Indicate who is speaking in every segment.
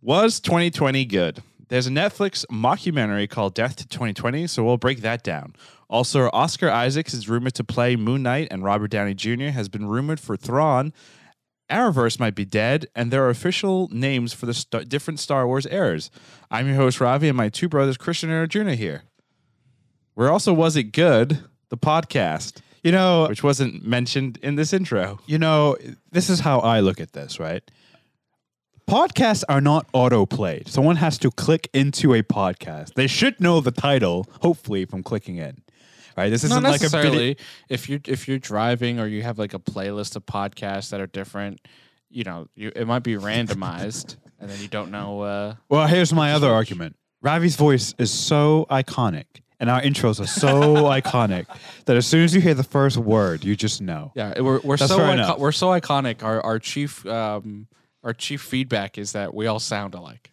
Speaker 1: Was 2020 good? There's a Netflix mockumentary called Death to 2020, so we'll break that down. Also, Oscar Isaacs is rumored to play Moon Knight, and Robert Downey Jr. has been rumored for Thrawn. Arrowverse might be dead, and there are official names for the st- different Star Wars eras. I'm your host, Ravi, and my two brothers, Christian and Arjuna, here. We're also Was It Good? The podcast,
Speaker 2: You know,
Speaker 1: which wasn't mentioned in this intro.
Speaker 2: you know, this is how I look at this, right? Podcasts are not auto-played. Someone has to click into a podcast. They should know the title, hopefully, from clicking in. Right? This isn't
Speaker 3: Not
Speaker 2: like a
Speaker 3: necessarily.
Speaker 2: video.
Speaker 3: if you if you're driving or you have like a playlist of podcasts that are different, you know, you, it might be randomized, and then you don't know. Uh,
Speaker 2: Well, here's my other argument. Ravi's voice is so iconic, and our intros are so iconic that as soon as you hear the first word, you just know.
Speaker 3: yeah, we're we're
Speaker 2: That's
Speaker 3: so
Speaker 2: fair
Speaker 3: ico-
Speaker 2: enough.
Speaker 3: we're so iconic. Our our chief um, our chief feedback is that we all sound alike.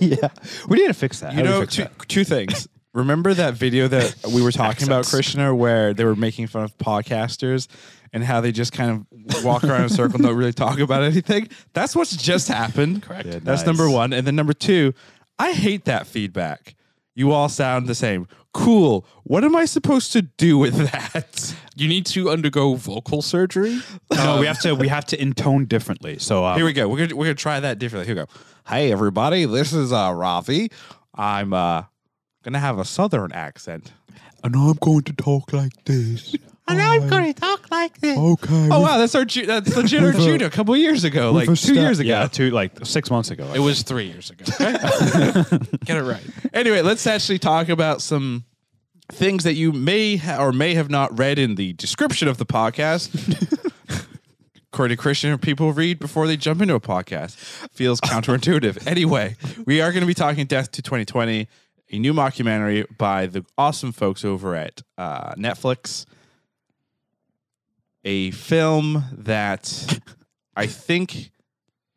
Speaker 2: yeah. We need to fix that. How
Speaker 1: You
Speaker 2: do we
Speaker 1: know,
Speaker 2: fix
Speaker 1: two,
Speaker 2: that?
Speaker 1: two things. Remember that video that we were talking about,
Speaker 3: Accents.
Speaker 1: Krishna, where they were making fun of podcasters and how they just kind of walk around in a circle and don't really talk about anything? That's what's just happened. Correct.
Speaker 2: Yeah,
Speaker 1: That's
Speaker 2: nice.
Speaker 1: number one. And then number two, I hate that feedback. You all sound the same. Cool. What am I supposed to do with that?
Speaker 3: You need to undergo vocal surgery.
Speaker 2: No, we have to we have to intone differently. So um,
Speaker 1: Here we go. We're gonna we're gonna try that differently. Here we go. Hey everybody, this is uh Ravi. I'm uh gonna have a southern accent.
Speaker 2: and I'm going to talk like this.
Speaker 1: And I'm gonna talk like this.
Speaker 2: Okay.
Speaker 1: Oh wow, that's our Ju- that's the Juno
Speaker 2: a-
Speaker 1: Juno a couple years ago, like two years ago.
Speaker 2: Yeah, two like six months ago.
Speaker 3: It was three years ago. Get it right.
Speaker 1: Anyway, let's actually talk about some things that you may ha- or may have not read in the description of the podcast. According to Christian, people read before they jump into a podcast. Feels counterintuitive. anyway, we are going to be talking Death to 2020, a new mockumentary by the awesome folks over at uh, Netflix. A film that I think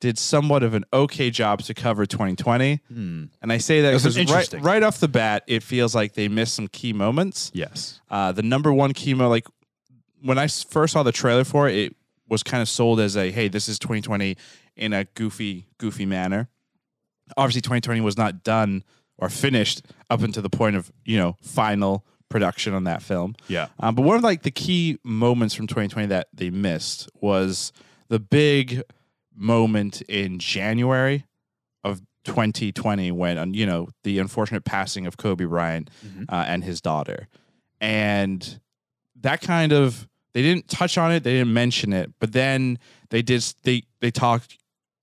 Speaker 1: did somewhat of an okay job to cover 2020.
Speaker 2: Hmm.
Speaker 1: And I say that
Speaker 2: This is
Speaker 1: because right,
Speaker 2: interesting.
Speaker 1: right off the bat, it feels like they missed some key moments.
Speaker 2: yes.
Speaker 1: Uh, the number one chemo, like when I s- first saw the trailer for it, it was kind of sold as a hey, this is 2020 in a goofy, goofy manner. Obviously, 2020 was not done or finished up until the point of you know final production on that film.
Speaker 2: Yeah.
Speaker 1: Um, but one of like the key moments from 2020 that they missed was the big moment in January of 2020 when um, you know the unfortunate passing of Kobe Bryant
Speaker 2: Mhm.
Speaker 1: uh, and his daughter, and that kind of they didn't touch on it, they didn't mention it, but then they did s- they they talked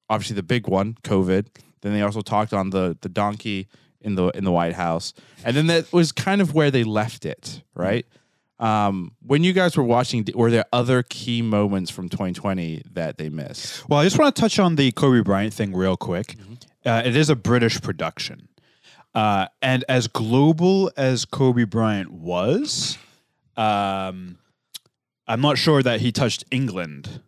Speaker 1: obviously the big one COVID, then they also talked on the the donkey in the in the White House, and then that was kind of where they left it, right? Um, when you guys were watching, d- were there other key moments from 2020 that they missed?
Speaker 2: Well, I just want to touch on the Kobe Bryant thing real quick. Uh, it is a British production, uh, and as global as Kobe Bryant was, um, I'm not sure that he touched England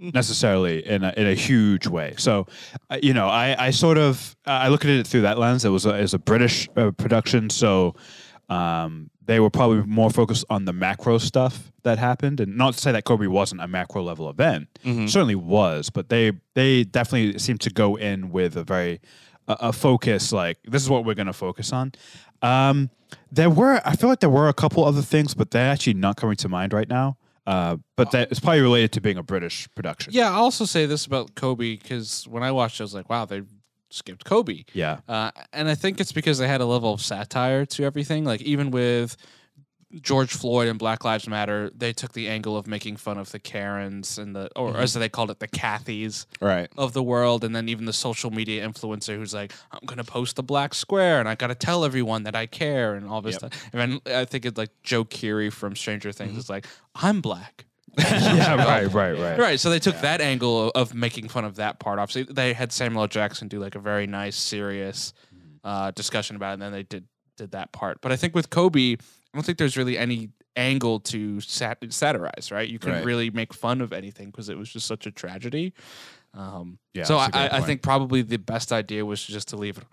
Speaker 2: necessarily in a, in a huge way. So, uh, you know, I, I sort of uh, I look at it through that lens. It was a, it was a British uh, production, so um, they were probably more focused on the macro stuff that happened, and not to say that Kobe wasn't a macro level event. Certainly was, but they they definitely seemed to go in with a very a, a focus like this is what we're going to focus on. Um, there were I feel like there were a couple other things, but they're actually not coming to mind right now. Uh, but that it's probably related to being a British production.
Speaker 3: Oh. Yeah, I'll also say this about Kobe because when I watched, it, I was like, wow, they skipped Kobe.
Speaker 2: Yeah.
Speaker 3: Uh, and I think it's because they had a level of satire to everything. Like even with George Floyd and Black Lives Matter, they took the angle of making fun of the Karens and the, or
Speaker 2: Mm-hmm.
Speaker 3: as they called it, the Cathys
Speaker 1: Right.
Speaker 3: of the world, and then even the social media influencer who's like, I'm gonna post a black square and I gotta tell everyone that I care and all this stuff. And then I think it's like Joe Keery from Stranger Things is like, I'm black.
Speaker 2: Mm-hmm. yeah, right, right, right.
Speaker 3: Right. So they took that angle of, of making fun of that part. Obviously, they had Samuel L. Jackson do like a very nice, serious
Speaker 2: Mm-hmm.
Speaker 3: uh, discussion about it, and then they did did that part. But I think with Kobe, I don't think there's really any angle to sat- satirize. Right. You couldn't
Speaker 1: Right.
Speaker 3: really make fun of anything because it was just such a tragedy. Um,
Speaker 2: Yeah,
Speaker 3: so I,
Speaker 2: that's a good
Speaker 3: I I
Speaker 2: point.
Speaker 3: think probably the best idea was just to leave it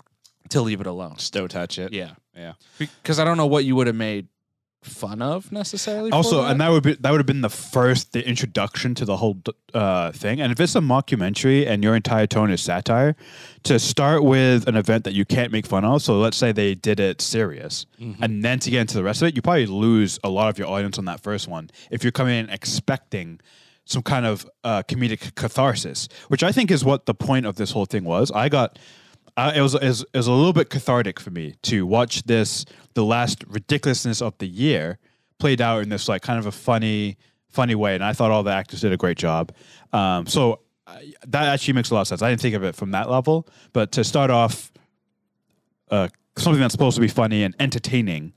Speaker 3: to leave it alone.
Speaker 1: Just don't touch it.
Speaker 3: Yeah.
Speaker 1: Yeah.
Speaker 3: Because I don't know what you would have made fun of necessarily. for
Speaker 2: Also,
Speaker 3: that.
Speaker 2: and that would be that would have been the first the introduction to the whole uh, thing. And if it's a mockumentary and your entire tone is satire, to start with an event that you can't make fun of. So let's say they did it serious, and then to get into the rest of it, you probably lose a lot of your audience on that first one if you're coming in expecting some kind of uh, comedic catharsis, which I think is what the point of this whole thing was. I got. Uh, it, was, it was it was a little bit cathartic for me to watch this the last ridiculousness of the year played out in this like kind of a funny funny way and i thought all the actors did a great job um, so I, that actually makes a lot of sense i didn't think of it from that level but to start off uh, something that's supposed to be funny and entertaining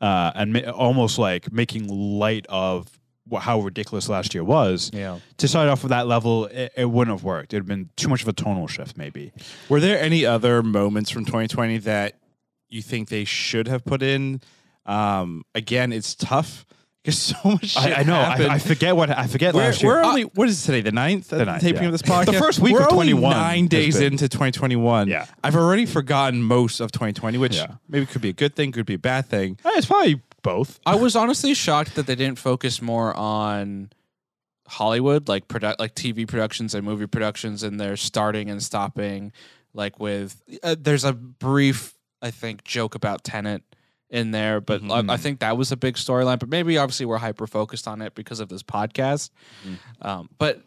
Speaker 2: uh, and ma- almost like making light of wh- how ridiculous last year was
Speaker 3: Yeah.
Speaker 2: to start off with that level it, it wouldn't have worked it would have been too much of a tonal shift maybe
Speaker 1: Were there any other moments from 2020 that you think they should have put in? Um, again, it's tough because so much shit
Speaker 2: I, I know
Speaker 1: happened.
Speaker 2: I, I forget what i forget
Speaker 1: we're,
Speaker 2: last year Uh,
Speaker 1: we're only what is it, today the ninth the
Speaker 2: ninth,
Speaker 1: taping
Speaker 2: yeah.
Speaker 1: of this podcast
Speaker 2: The first week
Speaker 1: we're
Speaker 2: of
Speaker 1: only
Speaker 2: 21
Speaker 1: nine
Speaker 2: has
Speaker 1: days
Speaker 2: been-
Speaker 1: into 2021
Speaker 2: Yeah.
Speaker 1: I've already forgotten most of 2020 which
Speaker 2: Yeah.
Speaker 1: maybe could be a good thing could be a bad thing
Speaker 2: Uh, it's probably both
Speaker 3: I was honestly shocked that they didn't focus more on Hollywood, like produ- like TV productions and movie productions, and their starting and stopping. Like with, uh, there's a brief, I think, joke about Tenant in there, but I, I think that was a big storyline. But maybe obviously we're hyper focused on it because of this podcast. Um, but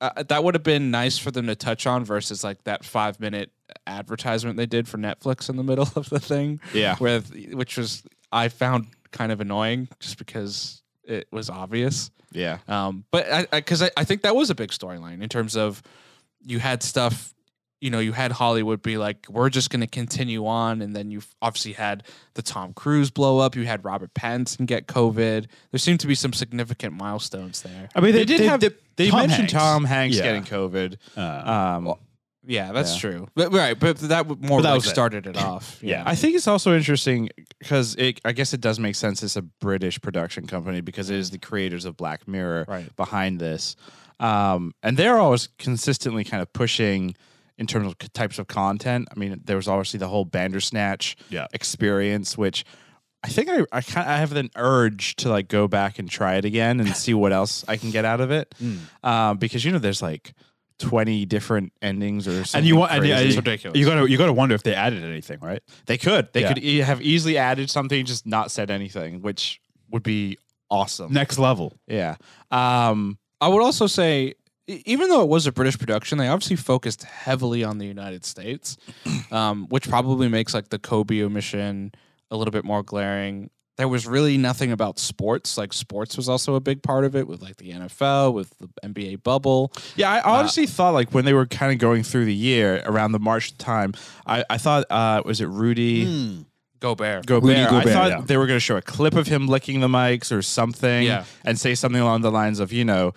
Speaker 3: uh, that would have been nice for them to touch on versus like that five minute advertisement they did for Netflix in the middle of the thing.
Speaker 1: Yeah.
Speaker 3: With which was I found kind of annoying just because it was obvious.
Speaker 1: yeah
Speaker 3: Um, but I because I, I, think that was a big storyline in terms of you had stuff. You know, you had Hollywood be like, we're just going to continue on. And then you obviously had the Tom Cruise blow up. You had Robert Pattinson get COVID. There seemed to be some significant milestones there.
Speaker 2: i mean
Speaker 1: they, did have they
Speaker 2: Tom
Speaker 1: mentioned
Speaker 2: Hanks.
Speaker 1: Tom Hanks
Speaker 2: Yeah.
Speaker 1: getting COVID
Speaker 2: Uh,
Speaker 1: um,
Speaker 3: Yeah, that's
Speaker 1: Yeah.
Speaker 3: true. But right, but that w- more
Speaker 2: But that
Speaker 3: like
Speaker 2: was it.
Speaker 3: started it off.
Speaker 2: Yeah.
Speaker 1: I think it's also interesting because it, I guess it does make sense. It's a British production company because it
Speaker 2: Mm-hmm.
Speaker 1: is the creators of Black Mirror
Speaker 3: Right.
Speaker 1: behind this, um, and they're always consistently kind of pushing in terms of c- types of content. I mean, there was obviously the whole Bandersnatch
Speaker 2: Yeah.
Speaker 1: experience, which I think I I, kind I have an urge to like go back and try it again and see what else I can get out of it,
Speaker 2: Mm.
Speaker 1: um, because you know there's like. 20 different endings or something
Speaker 2: and you want and,
Speaker 1: crazy.
Speaker 2: and
Speaker 3: It's ridiculous.
Speaker 2: you gotta you gotta wonder if they added anything right
Speaker 1: They could. They
Speaker 2: Yeah.
Speaker 1: could e- have easily added something, just not said anything, which would be awesome.
Speaker 2: next level
Speaker 1: Yeah. Um.
Speaker 3: I would also say, e- even though it was a British production, they obviously focused heavily on the United States, um, which probably makes like the Kobe omission a little bit more glaring. There was really nothing about sports. Like sports was also a big part of it, with like the NFL, with the NBA bubble.
Speaker 1: Yeah. I
Speaker 2: Uh,
Speaker 1: honestly thought like when they were kind of going through the year around the March time, I I thought uh was it Rudy
Speaker 3: Gobert.
Speaker 1: Gobert?
Speaker 2: Hmm. Rudy
Speaker 1: I
Speaker 2: Gobert,
Speaker 1: thought
Speaker 2: yeah.
Speaker 1: they were going to show a clip of him licking the mics or something,
Speaker 3: Yeah.
Speaker 1: and say something along the lines of you know.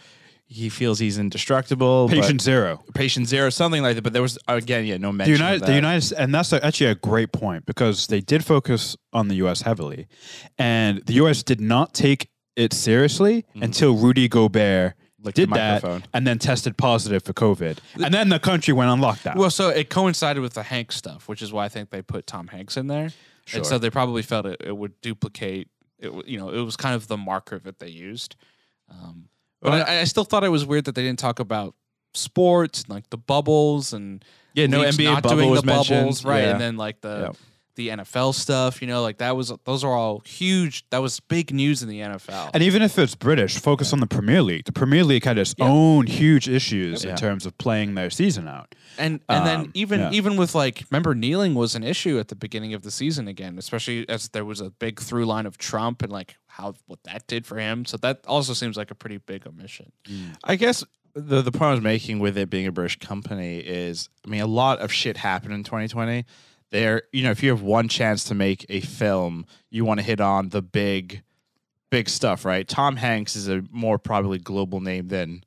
Speaker 1: He feels he's indestructible. but-
Speaker 2: patient zero
Speaker 1: patient zero, something like that. But there was again, yeah, no
Speaker 2: the
Speaker 1: mention. of
Speaker 2: united the
Speaker 1: that.
Speaker 2: united and that's a- actually a great point because they did focus on the us heavily and the us did not take it seriously until rudy gobert
Speaker 1: Mm-hmm. Licked the
Speaker 2: did that
Speaker 1: microphone.
Speaker 2: and then tested positive for covid and then the country went on lockdown
Speaker 3: Well, so it coincided with the Hanks stuff, which is why I think they put Tom Hanks in there. And so they probably felt it, it would duplicate. It, w- you know, it was kind of the marker that they used. Um, but I, I still thought it was weird that they didn't talk about sports and like the bubbles and
Speaker 1: Yeah, no
Speaker 3: leagues
Speaker 1: NBA
Speaker 3: not
Speaker 1: bubble
Speaker 3: doing
Speaker 1: was
Speaker 3: the bubbles,
Speaker 1: mentioned.
Speaker 3: right?
Speaker 1: Yeah.
Speaker 3: And then like the
Speaker 1: Yep.
Speaker 3: the NFL stuff. You know, like that was those are all huge. That was big news in the NFL.
Speaker 2: And even if it's British, focus on the Premier League. The Premier League had its own huge issues in terms of playing their season out.
Speaker 3: And and then
Speaker 2: Um,
Speaker 3: even
Speaker 2: yeah.
Speaker 3: even with like remember kneeling was an issue at the beginning of the season again, especially as there was a big through line of Trump and like how what that did for him. So that also seems like a pretty big omission.
Speaker 1: I guess the the point I was making with it being a British company is, I mean, a lot of shit happened in 2020. There, you know, if you have one chance to make a film, you want to hit on the big, big stuff, right? Tom Hanks is a more probably global name than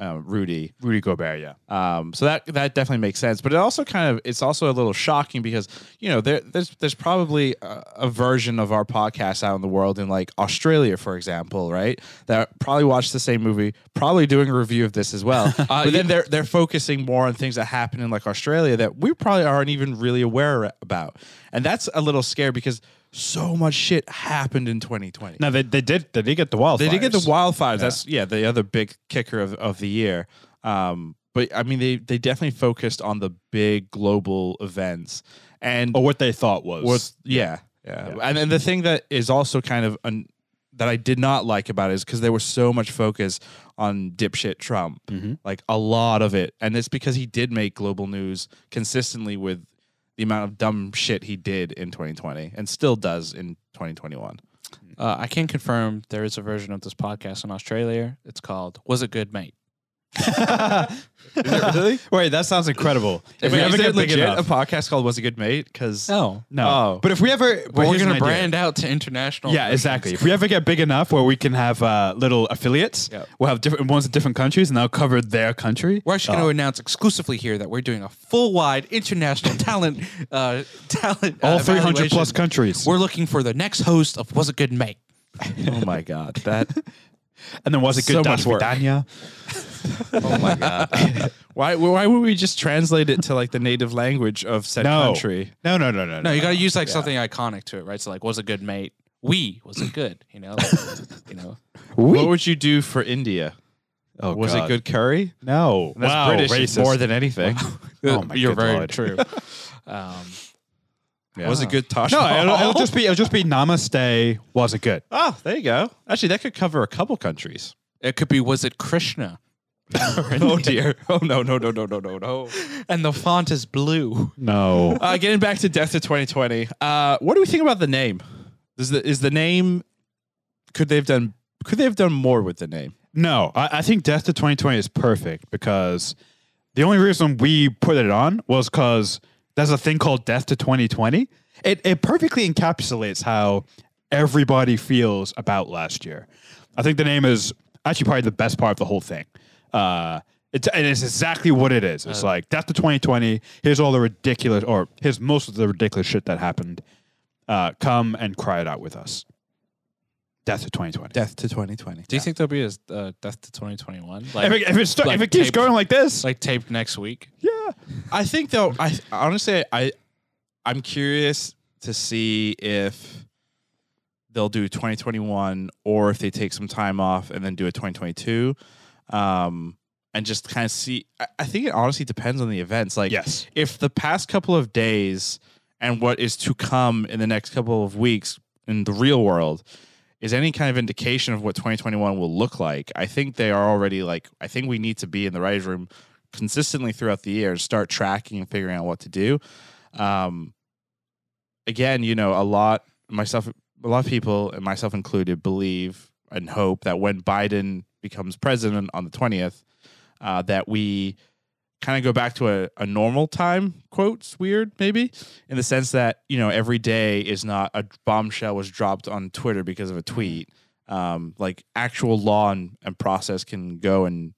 Speaker 1: uh, Rudy.
Speaker 2: Rudy Gobert, yeah.
Speaker 1: Um, so that that definitely makes sense, but it also kind of it's also a little shocking because you know there there's there's probably a, a version of our podcast out in the world in like Australia, for example, right? That probably watched the same movie, probably doing a review of this as well.
Speaker 2: Uh,
Speaker 1: but then they're they're focusing more on things that happen in like Australia that we probably aren't even really aware about, and that's a little scary because so much shit happened in 2020.
Speaker 2: Now they, they did they did get the wildfires.
Speaker 1: They did get the wildfires. That's yeah, the other big kicker of, of the year. Um, but I mean, they they definitely focused on the big global events, and
Speaker 2: or what they thought was.
Speaker 1: Oh, was yeah, yeah,
Speaker 2: Yeah.
Speaker 1: And then the thing that is also kind of un, that I did not like about it is because there was so much focus on dipshit Trump,
Speaker 2: Mhm.
Speaker 1: like a lot of it, and it's because he did make global news consistently with the amount of dumb shit he did in 2020 and still does in 2021.
Speaker 3: Uh, I can confirm there is a version of this podcast in Australia. It's called "Was It Good, Mate."
Speaker 1: really?
Speaker 2: Wait, that sounds incredible.
Speaker 1: If
Speaker 2: we
Speaker 1: we
Speaker 2: ever
Speaker 1: ever
Speaker 2: get big
Speaker 1: legit
Speaker 2: enough-
Speaker 1: a podcast called "Was a Good Mate" because
Speaker 3: Oh,
Speaker 2: no,
Speaker 1: Oh.
Speaker 2: but if we ever, but
Speaker 3: we're
Speaker 2: here's
Speaker 3: gonna
Speaker 2: an idea.
Speaker 3: brand out to international.
Speaker 2: Yeah, exactly. If we ever get big enough where we can have uh, little affiliates,
Speaker 3: Yeah.
Speaker 2: we'll have different ones in different countries, and they'll cover their country.
Speaker 3: We're actually going to announce exclusively here that we're doing a full-wide international talent, uh, talent. uh,
Speaker 2: All 300 plus
Speaker 3: evaluation.
Speaker 2: countries.
Speaker 3: We're looking for the next host of "Was It Good, Mate."
Speaker 1: oh my god, that
Speaker 2: and then was it
Speaker 1: So
Speaker 2: good?
Speaker 1: much work.
Speaker 2: Dania?
Speaker 1: oh my god. Why why would we just translate it to like the native language of said
Speaker 2: No.
Speaker 1: country?
Speaker 2: No, no, no, no,
Speaker 3: No, you got to use like something iconic to it, right? So like, "Was a Good, Mate." We was it good? You know, like, you know.
Speaker 1: What would you do for India?
Speaker 2: Oh,
Speaker 1: Was it
Speaker 2: God.
Speaker 1: good curry?
Speaker 2: No.
Speaker 1: That's
Speaker 2: wow,
Speaker 1: British
Speaker 2: racist.
Speaker 1: more than anything.
Speaker 2: Oh my
Speaker 3: You're
Speaker 2: good
Speaker 3: very
Speaker 2: Lord.
Speaker 3: true. Um,
Speaker 1: Was it good Taj?
Speaker 2: No,
Speaker 1: Mahal?
Speaker 2: it'll, it'll just be it'll just be Namaste. Was it good?
Speaker 1: oh, there you go. Actually, that could cover a couple countries.
Speaker 3: it could be "Was it Krishna?"
Speaker 1: oh dear. Oh no no no no no no no.
Speaker 3: and the font is blue.
Speaker 2: No.
Speaker 1: Uh, getting back to Death to 2020. Uh, what do we think about the name? Is the is the name? Could they have done? Could they have done more with the name?
Speaker 2: No, I, I think Death to 2020 is perfect because the only reason we put it on was because there's a thing called Death to 2020. It, it perfectly encapsulates how everybody feels about last year. I think the name is actually probably the best part of the whole thing. Uh, it's, and it's exactly what it is. It's like Death to 2020. Here's all the ridiculous, or here's most of the ridiculous shit that happened. Uh, come and cry it out with us. Death to 2020.
Speaker 1: Death to 2020.
Speaker 3: Do you think there'll be a uh, death to 2021? Like,
Speaker 2: If it, if it, sta-
Speaker 3: like
Speaker 2: if it keeps
Speaker 3: tape-
Speaker 2: going like this,
Speaker 3: like taped next week?
Speaker 2: yeah.
Speaker 1: I think though. I honestly, I I'm curious to see if they'll do 2021 or if they take some time off and then do a 2022, um, and just kind of see. I, I think it honestly depends on the events. Like,
Speaker 2: Yes.
Speaker 1: if the past couple of days and what is to come in the next couple of weeks in the real world is any kind of indication of what 2021 will look like, I think they are already like, I think we need to be in the writer's room consistently throughout the year, start tracking and figuring out what to do. Um, again, you know, a lot, myself, a lot of people, and myself included, believe and hope that when Biden becomes president on the 20th, uh, that we kind of go back to a, a normal time quotes weird maybe in the sense that you know every day is not a bombshell was dropped on twitter because of a tweet um, like actual law and, and process can go and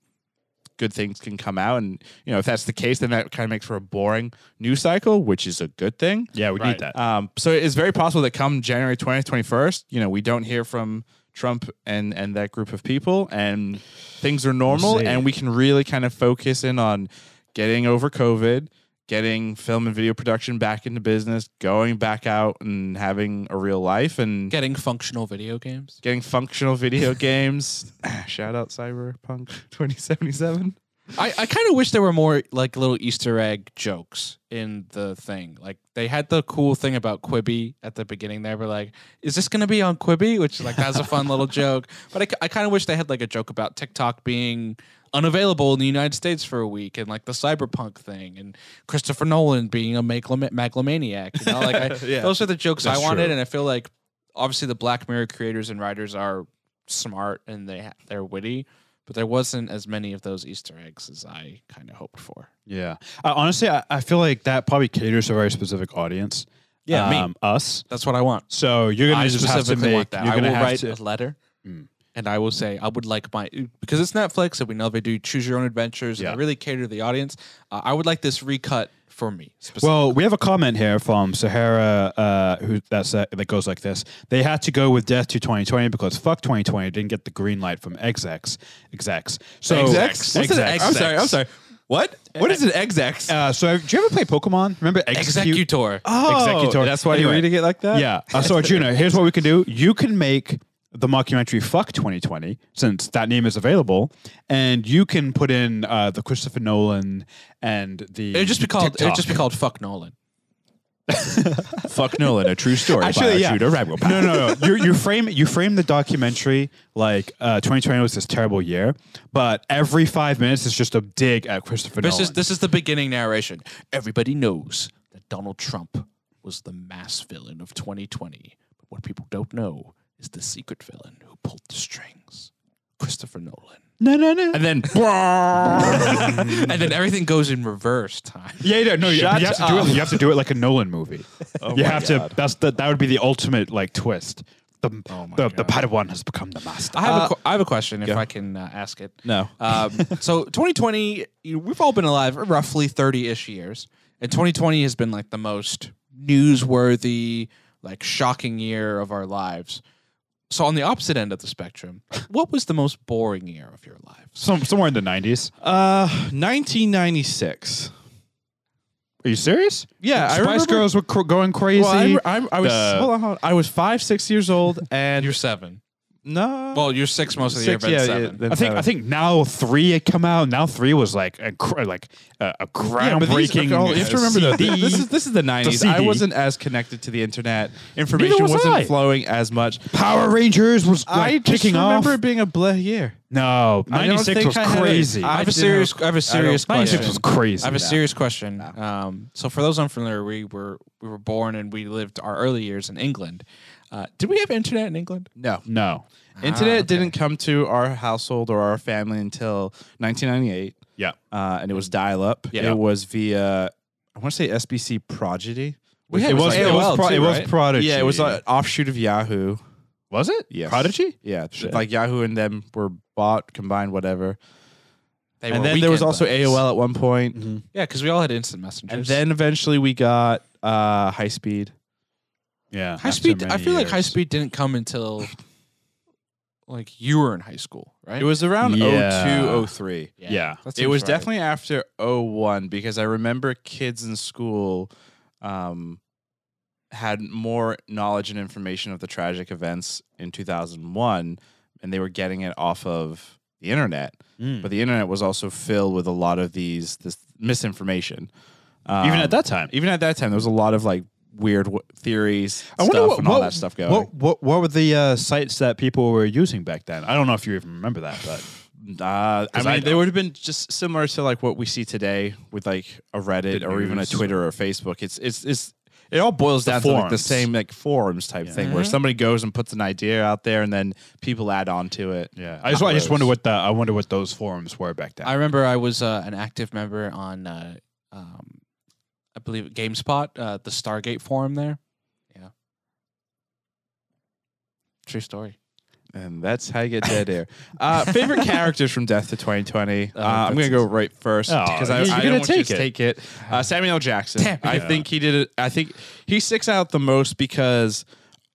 Speaker 1: good things can come out and you know if that's the case then that kind of makes for a boring news cycle which is a good thing
Speaker 2: Yeah, we
Speaker 3: Right.
Speaker 2: need that.
Speaker 1: um, so it's very possible that come January 20th, 21st, you know, we don't hear from Trump and, and that group of people and things are normal
Speaker 2: see.
Speaker 1: and we can really kind of focus in on getting over COVID, getting film and video production back into business, going back out and having a real life and
Speaker 3: Getting functional video games.
Speaker 1: getting functional video games. Shout out Cyberpunk 2077.
Speaker 3: I, I kind of wish there were more like little Easter egg jokes in the thing. Like they had the cool thing about Quibi at the beginning. There were like, "Is this going to be on Quibi?" Which like that's a fun little joke. But I, kind of wish they had like a joke about TikTok being unavailable in the United States for a week, and like the cyberpunk thing, and Christopher Nolan being a maglam- megalomaniac. You know, like I,
Speaker 1: Yeah.
Speaker 3: those are the jokes I
Speaker 2: That's
Speaker 3: wanted,
Speaker 2: true.
Speaker 3: and I feel like obviously the Black Mirror creators and writers are smart and they ha- they're witty but there wasn't as many of those Easter eggs as I kind of hoped for.
Speaker 2: yeah. I, honestly, I, I feel like that probably caters to a very specific audience. Um,
Speaker 3: Yeah, me.
Speaker 2: us.
Speaker 3: That's what I want.
Speaker 2: So you're gonna
Speaker 3: I
Speaker 2: just have to
Speaker 3: specifically
Speaker 2: make.
Speaker 3: want that.
Speaker 2: You're
Speaker 3: I
Speaker 2: gonna
Speaker 3: will
Speaker 2: have
Speaker 3: write
Speaker 2: to-
Speaker 3: a letter,
Speaker 2: Mm.
Speaker 3: and I will say I would like my because it's Netflix and we know they do choose your own adventures.
Speaker 2: Yeah.
Speaker 3: and they really cater to the audience. Uh, I would like this recut for me. Specifically.
Speaker 2: well, we have a comment here from Sahara uh, who that's, uh, that goes like this. They had to go with Death to 2020 because fuck 2020 didn't get the green light from execs. Execs. So
Speaker 1: Execs? What's an
Speaker 2: Execs.
Speaker 1: I'm sorry, I'm sorry. What? What is an exex?
Speaker 2: Uh, so, do you ever play Pokemon? Remember Execute?
Speaker 3: Executor.
Speaker 2: Oh,
Speaker 1: Executor. That's why
Speaker 2: Anyway.
Speaker 1: you're reading it like that.
Speaker 2: Yeah. Uh, so, Arjuna, here's what we can do. You can make the mockumentary Fuck 2020, since that name is available, and you can put in uh, the Christopher Nolan and the.
Speaker 3: It'd just be called. It'd
Speaker 2: TikTok.
Speaker 3: just be called Fuck Nolan.
Speaker 1: Fuck Nolan, a true story.
Speaker 2: Actually,
Speaker 1: by
Speaker 2: yeah.
Speaker 1: Arjuna Ragopat.
Speaker 2: No, no, no. you, you frame you frame the documentary like uh, 2020 was this terrible year, but every five minutes it's just a dig at Christopher
Speaker 3: This
Speaker 2: Nolan.
Speaker 3: is this is the beginning narration. Everybody knows that Donald Trump was the mass villain of 2020. But what people don't know is the secret villain who pulled the strings, Christopher Nolan.
Speaker 2: no, no, no.
Speaker 1: And then
Speaker 3: and then everything goes in reverse time.
Speaker 2: Yeah, yeah, no, you,
Speaker 1: Shut
Speaker 2: you have to do
Speaker 1: up. Oh
Speaker 2: it. You have to do it like a Nolan movie. you
Speaker 1: my
Speaker 2: have to. That's the, that would be the ultimate like twist. The
Speaker 1: Oh
Speaker 2: the, the Padawan has become the master. Uh,
Speaker 3: I have, a, que- I have a question if I can uh, ask it.
Speaker 1: No.
Speaker 3: Um, so 2020, you- we've all been alive roughly 30-ish years, and 2020 has been like the most newsworthy, like shocking year of our lives. So on the opposite end of the spectrum, what was the most boring year of your lives?
Speaker 2: Some, somewhere in the nineties.
Speaker 1: uh 1996.
Speaker 2: Are you serious?
Speaker 1: Yeah, Uh, I
Speaker 2: Spice
Speaker 1: remember-
Speaker 2: Girls were cr- going crazy.
Speaker 1: Well, I, I, I was
Speaker 2: The-
Speaker 1: hold on, hold on. I was five, six years old, and
Speaker 3: You're seven.
Speaker 1: no,
Speaker 3: Well, you're six most of the year,
Speaker 1: six,
Speaker 3: but
Speaker 1: yeah, yeah,
Speaker 3: seven.
Speaker 1: then
Speaker 2: I think I
Speaker 1: seven.
Speaker 2: think now three had come out. Now three was like a cr- like a, a
Speaker 1: Yeah, but these-
Speaker 2: groundbreaking.
Speaker 1: oh, you have to remember
Speaker 2: uh,
Speaker 1: though,
Speaker 2: CD.
Speaker 1: th- this is this is the nineties. I
Speaker 2: CD.
Speaker 1: wasn't as connected to the internet. Information
Speaker 2: was
Speaker 1: wasn't
Speaker 2: I.
Speaker 1: flowing as much.
Speaker 2: Power Rangers was like,
Speaker 1: I just
Speaker 2: kicking
Speaker 1: remember
Speaker 2: off.
Speaker 1: it being a bleh year.
Speaker 2: No,
Speaker 1: I don't
Speaker 2: ninety six
Speaker 1: think
Speaker 2: was
Speaker 1: I had it.
Speaker 2: crazy.
Speaker 1: I
Speaker 3: I have a
Speaker 1: didn't
Speaker 3: serious.
Speaker 1: have-
Speaker 3: I have a serious
Speaker 1: don't- mine
Speaker 3: question.
Speaker 2: Ninety six was crazy.
Speaker 3: I have a serious question. Um, so for those unfamiliar, we were we were born and we lived our early years in England. Uh, did we have internet in England?
Speaker 1: No,
Speaker 2: No.
Speaker 1: internet didn't come to our household or our family until 1998,
Speaker 2: Yeah.
Speaker 1: uh, and it was dial up.
Speaker 3: Yeah.
Speaker 1: It was via I want to say SBC Prodigy.
Speaker 3: We had
Speaker 2: It was. It
Speaker 3: AOL
Speaker 2: was. Pro-
Speaker 3: too,
Speaker 2: It was
Speaker 3: right?
Speaker 2: Prodigy.
Speaker 1: Yeah, it was an offshoot of Yahoo.
Speaker 2: Was it?
Speaker 1: Yes.
Speaker 2: Prodigy?
Speaker 1: Yeah,
Speaker 2: Shit.
Speaker 1: like Yahoo and them were bought, combined, whatever.
Speaker 3: They
Speaker 1: And
Speaker 3: were
Speaker 1: then there was
Speaker 3: weekend
Speaker 1: also
Speaker 3: buddies.
Speaker 1: AOL at one point.
Speaker 3: Yeah, because we all had instant messengers.
Speaker 1: And then eventually we got uh, high speed.
Speaker 2: Yeah.
Speaker 3: high speed. I feel like high speed didn't come until like you were in high school, right?
Speaker 1: It was around oh
Speaker 2: Yeah.
Speaker 1: yeah. 02, 03.
Speaker 2: Yeah.
Speaker 3: that
Speaker 1: It
Speaker 3: seems
Speaker 1: was
Speaker 3: right.
Speaker 1: definitely after 01 because I remember kids in school um, had more knowledge and information of the tragic events in 2001 and they were getting it off of the internet.
Speaker 3: Hmm.
Speaker 1: But the internet was also filled with a lot of these this misinformation.
Speaker 2: Even
Speaker 1: Um,
Speaker 2: at that time.
Speaker 1: even at that time, there was a lot of like weird w- theories,
Speaker 2: I
Speaker 1: stuff,
Speaker 2: wonder what,
Speaker 1: and all
Speaker 2: what-
Speaker 1: that stuff going.
Speaker 2: What, what, what were the uh, sites that people were using back then? I don't know if you even remember that, but
Speaker 1: Uh, I
Speaker 2: 'Cause
Speaker 1: mean,
Speaker 2: I
Speaker 1: there would have been just similar to like what we see today with like a Reddit
Speaker 2: The
Speaker 1: or even a
Speaker 2: news.
Speaker 1: Twitter or Facebook. It's it's it's it all boils down to like the
Speaker 2: forums.
Speaker 1: same like forums type thing where somebody goes and puts an idea out there and then people add on to it.
Speaker 2: yeah, I just, I just wonder what the, I wonder what those forums were back then.
Speaker 3: I remember I was uh, an active member on, uh, um, I believe GameSpot, uh, the Stargate forum there. Yeah. True story.
Speaker 1: And that's how you get dead air. Uh, favorite characters from Death to 2020. Uh,
Speaker 3: Oh,
Speaker 1: I'm going to
Speaker 3: that's-
Speaker 1: go right first
Speaker 2: Oh,
Speaker 1: because I,
Speaker 2: you're
Speaker 1: I
Speaker 2: gonna
Speaker 1: don't want you
Speaker 2: take
Speaker 1: to
Speaker 2: it.
Speaker 1: take it. Uh, Samuel L. Jackson.
Speaker 3: Damn
Speaker 1: I
Speaker 2: it.
Speaker 1: think he did it. I think he sticks out the most because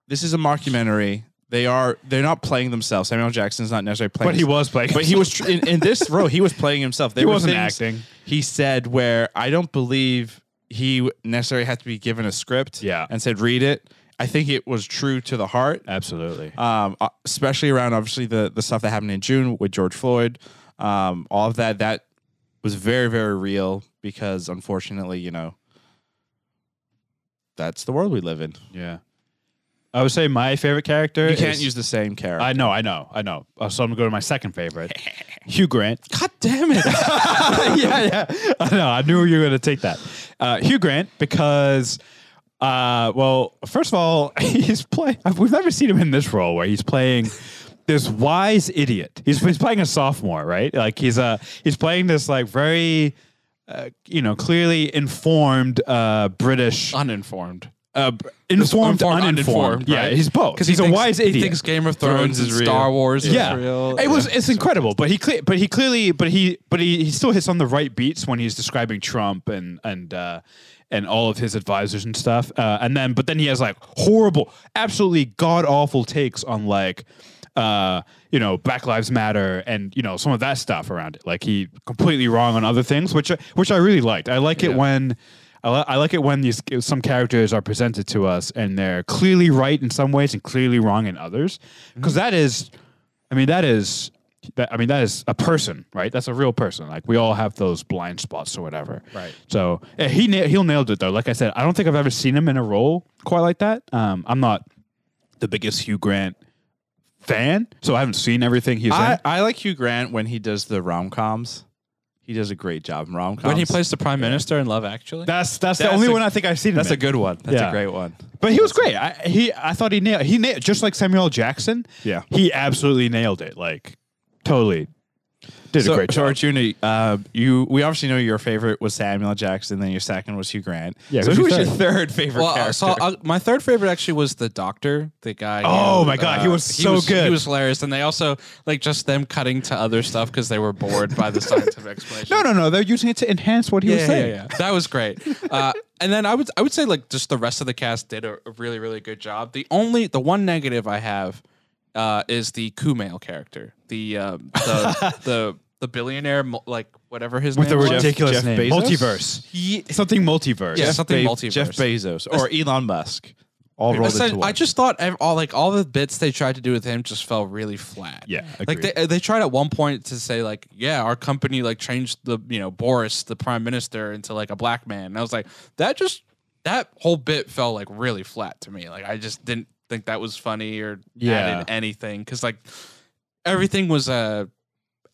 Speaker 1: this is a mockumentary. They are they're not playing themselves. Samuel L. Jackson's not necessarily playing,
Speaker 2: but he was playing.
Speaker 1: But he was tr- in, in this role. He was playing himself. There
Speaker 2: He
Speaker 1: were
Speaker 2: wasn't
Speaker 1: things
Speaker 2: acting.
Speaker 1: He said where I don't believe he necessarily had to be given a script.
Speaker 2: Yeah.
Speaker 1: and said read it. I think it was true to the heart
Speaker 2: Absolutely.
Speaker 1: um, uh, especially around obviously the the stuff that happened in June with George Floyd, um, all of that that was very very real because unfortunately you know that's the world we live in.
Speaker 2: Yeah. I would say my favorite character
Speaker 1: You can't
Speaker 2: is-
Speaker 1: use the same character.
Speaker 2: I know, I know, I know. Uh, so I'm going to go to my second favorite, Hugh Grant.
Speaker 3: God damn it.
Speaker 2: yeah, yeah. I know. I knew you were going to take that. Uh, Hugh Grant, because, uh, well, first of all, he's play. We've never seen him in this role where he's playing this wise idiot. He's, he's playing a sophomore, right? Like he's uh, he's playing this like very, uh, you know, clearly informed uh, British,
Speaker 3: Uninformed.
Speaker 2: uh, informed,
Speaker 3: Informed,
Speaker 2: uninformed.
Speaker 3: uninformed,
Speaker 2: Yeah,
Speaker 3: right?
Speaker 2: he's both. Because he's
Speaker 3: he
Speaker 2: a
Speaker 3: thinks-
Speaker 2: wise
Speaker 3: He
Speaker 2: idiot
Speaker 3: thinks Game of Thrones,
Speaker 1: Thrones
Speaker 3: and
Speaker 1: is real.
Speaker 3: Star Wars
Speaker 2: yeah.
Speaker 3: is real.
Speaker 2: It was it's incredible, but he cle- but he clearly but he but he, he still hits on the right beats when he's describing Trump and and uh, and all of his advisors and stuff. Uh, and then but then he has like horrible, absolutely god awful takes on like uh, you know, Black Lives Matter and you know some of that stuff around it. Like he completely wrong on other things, which which I really liked. I like it when. I, li- I like it when these some characters are presented to us and they're clearly right in some ways and clearly wrong in others, because is, I mean, that is, that, I mean, that is a person, right? That's a real person. Like we all have those blind spots or whatever,
Speaker 3: Right.
Speaker 2: So eh, he na- he'll nailed it though. Like I said, I don't think I've ever seen him in a role quite like that. Um, I'm not the biggest Hugh Grant fan, so I haven't seen everything he's in.
Speaker 1: I, I like Hugh Grant when he does the rom coms. He does a great job in rom coms.
Speaker 3: When he plays the prime minister in Love Actually,
Speaker 2: That's that's, the
Speaker 1: That's
Speaker 2: only
Speaker 1: a-
Speaker 2: one I think I've seen. him
Speaker 1: that's a
Speaker 2: in.
Speaker 1: good one. That's
Speaker 2: Yeah.
Speaker 1: a great one.
Speaker 2: But he was great. I, he, I thought he nailed. He nailed just like Samuel L. Jackson.
Speaker 1: Yeah.
Speaker 2: he absolutely nailed it. Like, totally did a
Speaker 1: So,
Speaker 2: great
Speaker 1: so
Speaker 2: job.
Speaker 1: Arjuna, uh, you we obviously know your favorite was Samuel Jackson, then your second was Hugh Grant.
Speaker 2: Yeah,
Speaker 1: so
Speaker 2: who's
Speaker 1: who was
Speaker 2: your
Speaker 1: your third favorite
Speaker 3: well, uh,
Speaker 1: character?
Speaker 3: so uh, my third favorite actually was the doctor, the guy. uh,
Speaker 2: Oh my God, he was so good.
Speaker 3: He was hilarious, and they also like just them cutting to other stuff because they were bored by the scientific explanation.
Speaker 2: No, no, no. They're using it to enhance what he was
Speaker 3: yeah,
Speaker 2: saying.
Speaker 3: yeah, yeah. that was great. Uh, and then I would I would say like just the rest of the cast did a, a really really good job. The only the one negative I have uh, is the Kumail character, the um, the the the billionaire mul- like whatever his
Speaker 2: With a
Speaker 3: name was.
Speaker 2: ridiculous
Speaker 1: Jeff
Speaker 2: name,
Speaker 1: Bezos?
Speaker 2: multiverse,
Speaker 3: Ye-
Speaker 2: something multiverse.
Speaker 3: Yeah. something
Speaker 1: Be-
Speaker 3: multiverse.
Speaker 1: Jeff Bezos or Elon Musk, all rolled
Speaker 3: Listen,
Speaker 1: into one.
Speaker 3: I just thought ev- all like all the bits they tried to do with him just fell really flat.
Speaker 2: Yeah,
Speaker 3: like
Speaker 2: agreed.
Speaker 3: they they tried at one point to say like, yeah, our company like changed the you know Boris the prime minister into like a black man, and I was like, that just that whole bit fell like really flat to me. Like I just didn't think that was funny or
Speaker 2: Yeah.
Speaker 3: added anything because like everything was a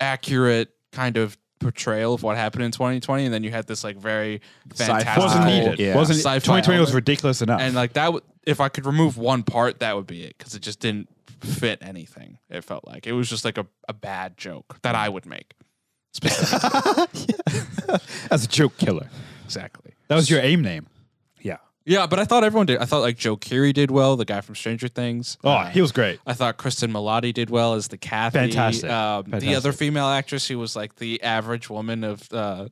Speaker 3: accurate kind of portrayal of what happened in 2020, and then you had this like very
Speaker 1: Sci-fi.
Speaker 3: fantastical
Speaker 2: wasn't needed.
Speaker 1: Yeah.
Speaker 2: Wasn't
Speaker 3: Sci-fi
Speaker 2: 2020 was
Speaker 3: element.
Speaker 2: ridiculous enough.
Speaker 3: and like that, would if I could remove one part, that would be it because it just didn't fit anything. It felt like it was just like a, a bad joke that I would make. Specifically.
Speaker 2: As a joke killer,
Speaker 3: exactly.
Speaker 2: that was your aim name.
Speaker 1: yeah.
Speaker 3: Yeah, but I thought everyone did. I thought like Joe Keery did well, the guy from Stranger Things.
Speaker 2: Oh,
Speaker 3: Uh,
Speaker 2: he was great.
Speaker 3: I thought Kristen Milotti did well as the Kathy.
Speaker 2: Fantastic.
Speaker 3: Um, The
Speaker 2: Fantastic.
Speaker 3: other female actress who was like the average woman of uh,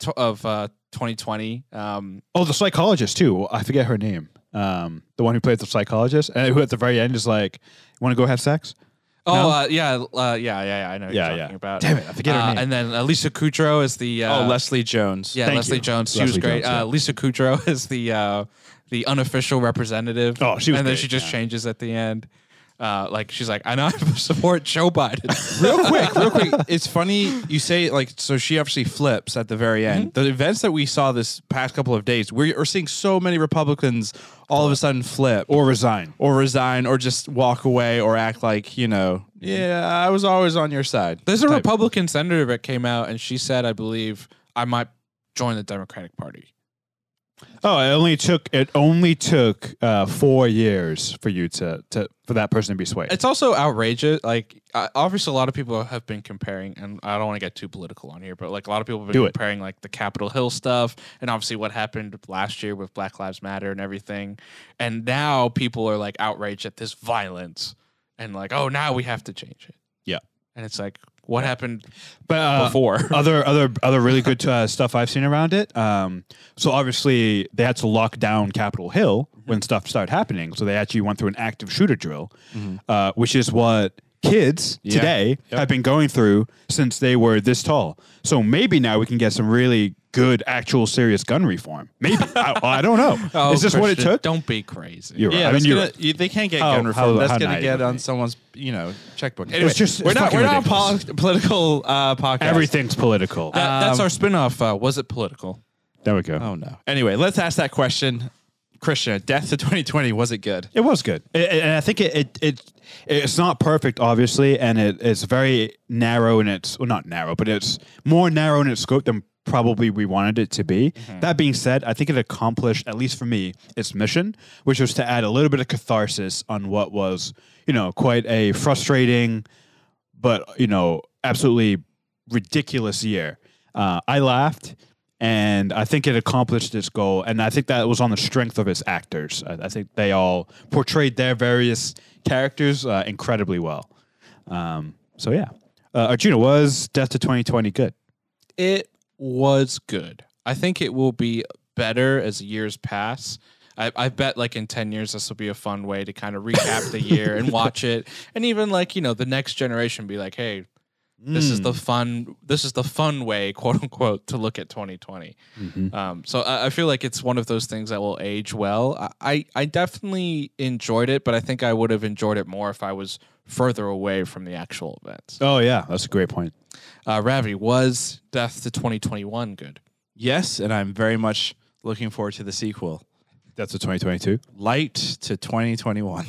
Speaker 3: tw- of uh, 2020. Um,
Speaker 2: Oh, the psychologist too. I forget her name. Um, the one who plays the psychologist and who at the very end is like, "Want to go have sex?"
Speaker 3: oh
Speaker 2: No?
Speaker 3: uh, yeah, uh, yeah, yeah, yeah. I know. Who
Speaker 2: Yeah,
Speaker 3: you're talking
Speaker 2: yeah.
Speaker 3: About
Speaker 2: Damn it, I forget her
Speaker 3: Uh,
Speaker 2: name.
Speaker 3: And then uh, Lisa Kudrow is the uh,
Speaker 1: oh, Leslie Jones.
Speaker 3: Yeah,
Speaker 2: Thank
Speaker 3: Leslie
Speaker 2: you.
Speaker 3: Jones. She was
Speaker 2: Leslie
Speaker 3: great.
Speaker 2: Jones, yeah.
Speaker 3: uh, Lisa Kudrow is the uh, the unofficial representative.
Speaker 2: Oh, she was
Speaker 3: And then
Speaker 2: great,
Speaker 3: she just
Speaker 2: yeah.
Speaker 3: changes at the end. Uh, like she's like, I know I support Joe Biden.
Speaker 1: real quick, real quick. It's funny you say like so. She obviously flips at the very end.
Speaker 2: Mm-hmm.
Speaker 1: The events that we saw this past couple of days, we're, we're seeing so many Republicans all of a sudden flip or
Speaker 2: Or resign.
Speaker 1: or resign or just walk away or act like you know, yeah, I was always on your side.
Speaker 3: There's a Republican senator that came out and she said, I believe I might join the Democratic Party.
Speaker 2: Oh, it only took it only took uh, four years for you to, to for that person to be swayed.
Speaker 3: It's also outrageous. Like, I- obviously, a lot of people have been comparing, and I don't want to get too political on here, but like a lot of people have been
Speaker 2: Do it.
Speaker 3: comparing like the Capitol Hill stuff, and obviously what happened last year with Black Lives Matter and everything. And now people are like outraged at this violence, and like, oh, now we have to change it.
Speaker 2: Yeah.
Speaker 3: And it's like, what happened
Speaker 2: but uh,
Speaker 3: before?
Speaker 2: other other other really good uh, stuff I've seen around it. Um, so obviously they had to lock down Capitol Hill
Speaker 3: Mm-hmm.
Speaker 2: when stuff started happening. So they actually went through an active shooter drill,
Speaker 3: Mm-hmm.
Speaker 2: uh, which is what kids today have been going through since they were this tall. So maybe now we can get some really good, actual, serious gun reform. Maybe I, I don't know.
Speaker 3: Oh,
Speaker 2: is this what it
Speaker 3: Christian,
Speaker 2: took?
Speaker 3: Don't be crazy.
Speaker 2: You're right.
Speaker 1: Yeah,
Speaker 2: I mean,
Speaker 1: that's
Speaker 2: you're
Speaker 1: gonna- you- they can't get
Speaker 2: Oh,
Speaker 1: gun reform.
Speaker 2: how-
Speaker 1: that's
Speaker 2: how
Speaker 1: gonna
Speaker 2: naive
Speaker 1: get
Speaker 2: of
Speaker 1: on
Speaker 2: me.
Speaker 1: someone's you know checkbook.
Speaker 2: It was just-
Speaker 1: we're
Speaker 2: it's
Speaker 1: not
Speaker 2: fucking
Speaker 1: we're not a
Speaker 2: ridiculous.
Speaker 1: poli- political uh, podcast.
Speaker 2: everything's political.
Speaker 3: That- that's
Speaker 2: Um,
Speaker 3: our spinoff. Uh, was it political?
Speaker 2: there we go.
Speaker 1: Oh no. Anyway, let's ask that question, Christian. Death to 2020 was it good?
Speaker 2: It was good, A- a- and I think it, it it it's not perfect, obviously, and it, it's very narrow in its well, not narrow, but it's more narrow in its scope than probably we wanted it to be. That being said, I think it accomplished, at least for me, its mission, which was to add a little bit of catharsis on what was, you know, quite a frustrating, but you know, absolutely ridiculous year. Uh, I laughed, and I think it accomplished its goal. And I think that was on the strength of its actors. I, I think they all portrayed their various characters uh, incredibly well. Um, so yeah, uh, Arjuna was Death to 2020 good.
Speaker 3: it was good. I think it will be better as years pass. I, I bet like in 10 years, this will be a fun way to kind of recap the year and watch it. And even like, you know, the next generation be like, hey, this is the fun this is the fun way quote unquote to look at 2020 um, so I, I feel like it's one of those things that will age well I- I, I definitely enjoyed it but i think i would have enjoyed it more if i was further away from the actual events
Speaker 2: Oh yeah, that's a great point.
Speaker 3: uh, ravi was death to 2021 good
Speaker 1: Yes, and I'm very much looking forward to the sequel.
Speaker 2: That's a 2022.
Speaker 1: Light to 2021.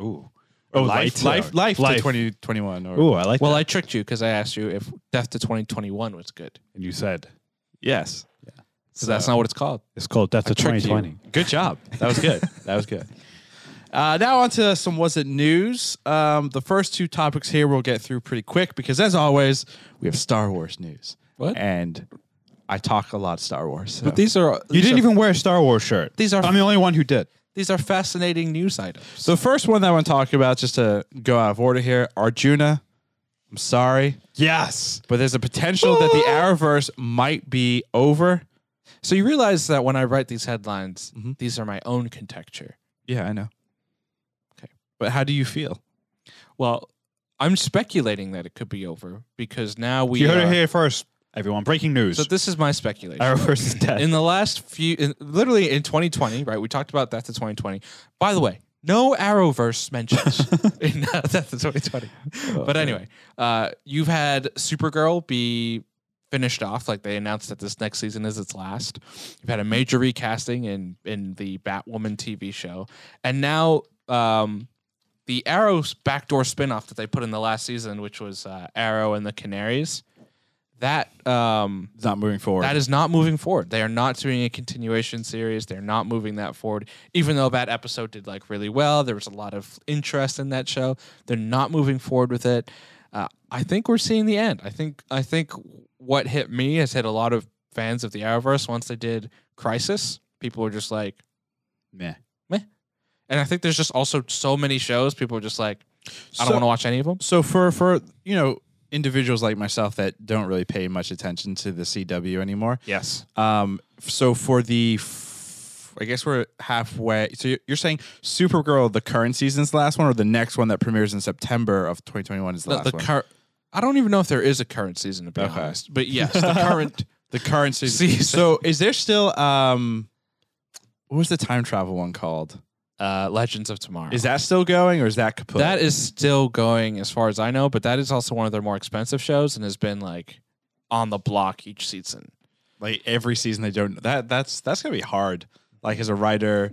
Speaker 2: Ooh. Oh,
Speaker 1: Or life, life, life, to 2021. Or,
Speaker 2: Ooh, I like
Speaker 3: well
Speaker 2: that.
Speaker 3: i tricked you because i asked you if death to 2021 was good
Speaker 2: and you said
Speaker 1: yes.
Speaker 3: because that's not what it's called
Speaker 2: it's called Death to
Speaker 3: tricked you.
Speaker 2: 2020.
Speaker 1: Good job. That was good. that was good. Uh, now on to some was it news. Um, the first two topics here we'll get through pretty quick because as always we have Star Wars news.
Speaker 3: What?
Speaker 1: And I talk a lot Star Wars. so-
Speaker 3: these are
Speaker 2: You didn't even wear a Star Wars shirt.
Speaker 3: These are-
Speaker 2: I'm the only one who did.
Speaker 3: these are fascinating news items
Speaker 1: the first one that I want to talk about, just to go out of order here, Arjuna. I'm sorry,
Speaker 2: Yes.
Speaker 1: but there's a potential that the Arrowverse might be over.
Speaker 3: so you realize that when i write these headlines these are my own conjecture
Speaker 1: Yeah, I know.
Speaker 3: Okay.
Speaker 1: But how do you feel?
Speaker 3: Well, I'm speculating that it could be over because now we.
Speaker 2: You heard
Speaker 3: are-
Speaker 2: it here first. Everyone, breaking news.
Speaker 3: So this is my speculation.
Speaker 2: Arrowverse is dead.
Speaker 3: in the last few, in, literally in 2020, right? We talked about that to 2020. By the way, no Arrowverse mentions in uh, Death to 2020. But anyway, uh, you've had Supergirl be finished off, like they announced that this next season is its last. You've had a major recasting in in the Batwoman TV show, and now um, the Arrow's backdoor spinoff that they put in the last season, which was uh, Arrow and the Canaries. That um,
Speaker 1: It's not moving forward.
Speaker 3: that is not moving forward. They are not doing a continuation series. They're not moving that forward. Even though that episode did like really well, there was a lot of interest in that show. They're not moving forward with it. Uh, I think we're seeing the end. I think I think what hit me has hit a lot of fans of the Arrowverse once they did Crisis. People were just like,
Speaker 2: Meh.
Speaker 3: and I think there's just also so many shows. People are just like, I
Speaker 1: So-
Speaker 3: don't want to watch any of them.
Speaker 1: so for for you know individuals like myself that don't really pay much attention to the CW anymore.
Speaker 3: Yes.
Speaker 1: Um, so for the, f- I guess we're halfway. So you're- you're saying Supergirl, the current season's the last one, or the next one that premieres in September of 2021 is the,
Speaker 3: The,
Speaker 1: last
Speaker 3: the
Speaker 1: one.
Speaker 3: cur- I don't even know if there is a current season to be
Speaker 1: Okay.
Speaker 3: honest, but yes, the current.
Speaker 1: the current season.
Speaker 3: Season.
Speaker 1: So is there still um, what was the time travel one called?
Speaker 3: Uh, Legends of Tomorrow
Speaker 1: Is that still going, or is that kaput?
Speaker 3: That is still going as far as I know, but that is also one of their more expensive shows and has been like on the block each season.
Speaker 1: like every season they don't that that's that's gonna be hard like as a writer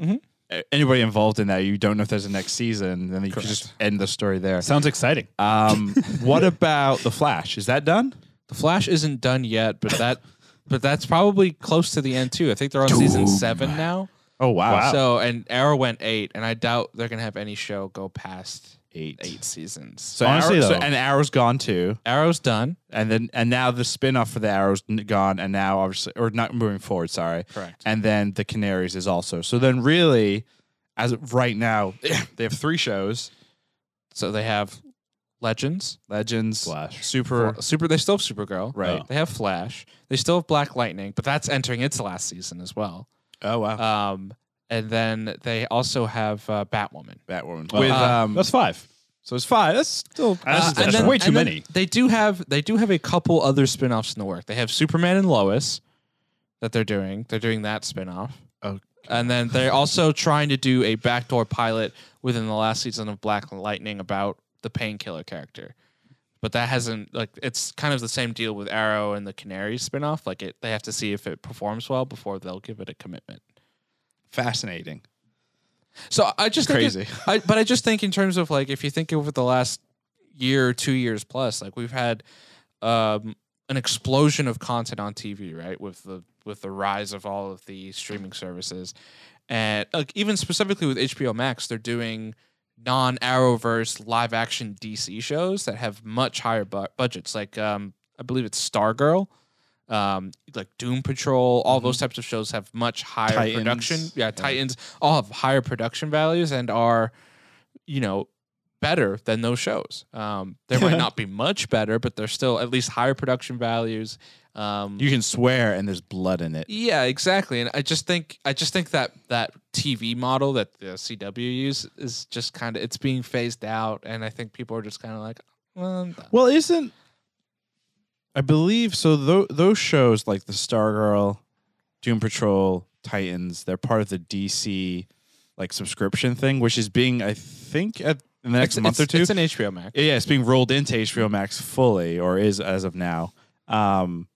Speaker 1: a- anybody involved in that you don't know if there's a next season then you can just end the story there
Speaker 2: Sounds exciting.
Speaker 1: um what about the flash is that done
Speaker 3: The Flash isn't done yet, but that but that's probably close to the end too. I think they're on season seven now.
Speaker 1: oh wow,
Speaker 3: So and Arrow went eight, and I doubt they're gonna have any show go past
Speaker 1: eight
Speaker 3: eight seasons. So
Speaker 1: so,
Speaker 2: Honestly,
Speaker 1: Arrow- so
Speaker 2: though-
Speaker 1: and arrow's gone too
Speaker 3: Arrow's done.
Speaker 1: and then and now the spin-off for the arrow's n- gone and now obviously or not moving forward sorry
Speaker 3: Correct.
Speaker 1: and then the canaries is also so then really as of right now they have three shows
Speaker 3: So they have Legends,
Speaker 1: legends
Speaker 2: Flash.
Speaker 1: super
Speaker 3: Super. They still have Supergirl.
Speaker 1: Right.
Speaker 3: They have Flash. They still have Black Lightning, but that's entering its last season as well.
Speaker 1: oh wow
Speaker 3: Um, and then they also have uh, Batwoman.
Speaker 1: batwoman
Speaker 2: Well,
Speaker 1: with
Speaker 2: uh,
Speaker 1: um
Speaker 2: That's five.
Speaker 1: So it's five. That's still
Speaker 2: That's-
Speaker 3: Uh,
Speaker 2: that's
Speaker 3: and then-
Speaker 2: way too
Speaker 3: and then
Speaker 2: many.
Speaker 3: They do have they do have a couple other spin-offs in the work. They have Superman and Lois that they're doing. They're doing that spin-off.
Speaker 1: Okay.
Speaker 3: And then they're also trying to do a backdoor pilot within the last season of Black Lightning about the painkiller character. But that hasn't like it's kind of the same deal with Arrow and the Canary spin-off. Like it they have to see if it performs well before they'll give it a commitment.
Speaker 1: fascinating.
Speaker 3: So I just think it-
Speaker 1: Crazy.
Speaker 3: I, but I just think in terms of like if you think over the last year, two years plus, like we've had um, an explosion of content on TV, right? With the with the rise of all of the streaming services, and like even specifically with HBO Max, they're doing non Arrowverse live action DC shows that have much higher bu- budgets. Like um, I believe it's Stargirl. Um, like Doom Patrol, all those types of shows have much higher
Speaker 1: Mm-hmm. Titans.
Speaker 3: production yeah, Titans all have higher production values and are, you know, better than those shows. Um, there might not be much better, but they're still at least higher production values. Um,
Speaker 1: You can swear and there's blood in it.
Speaker 3: yeah, exactly. And I just think I just think that that TV model that the CW use is just kind of it's being phased out, and I think people are just kind of like, well,
Speaker 1: Well, isn't I believe so? Tho- those shows like the Stargirl, Doom Patrol, Titans, they're part of the DC like subscription thing, which is being I think at in the next
Speaker 3: it's-
Speaker 1: month
Speaker 3: it's-
Speaker 1: or two.
Speaker 3: It's an HBO Max.
Speaker 1: yeah, it's being rolled into HBO Max fully, or is as of now. Um,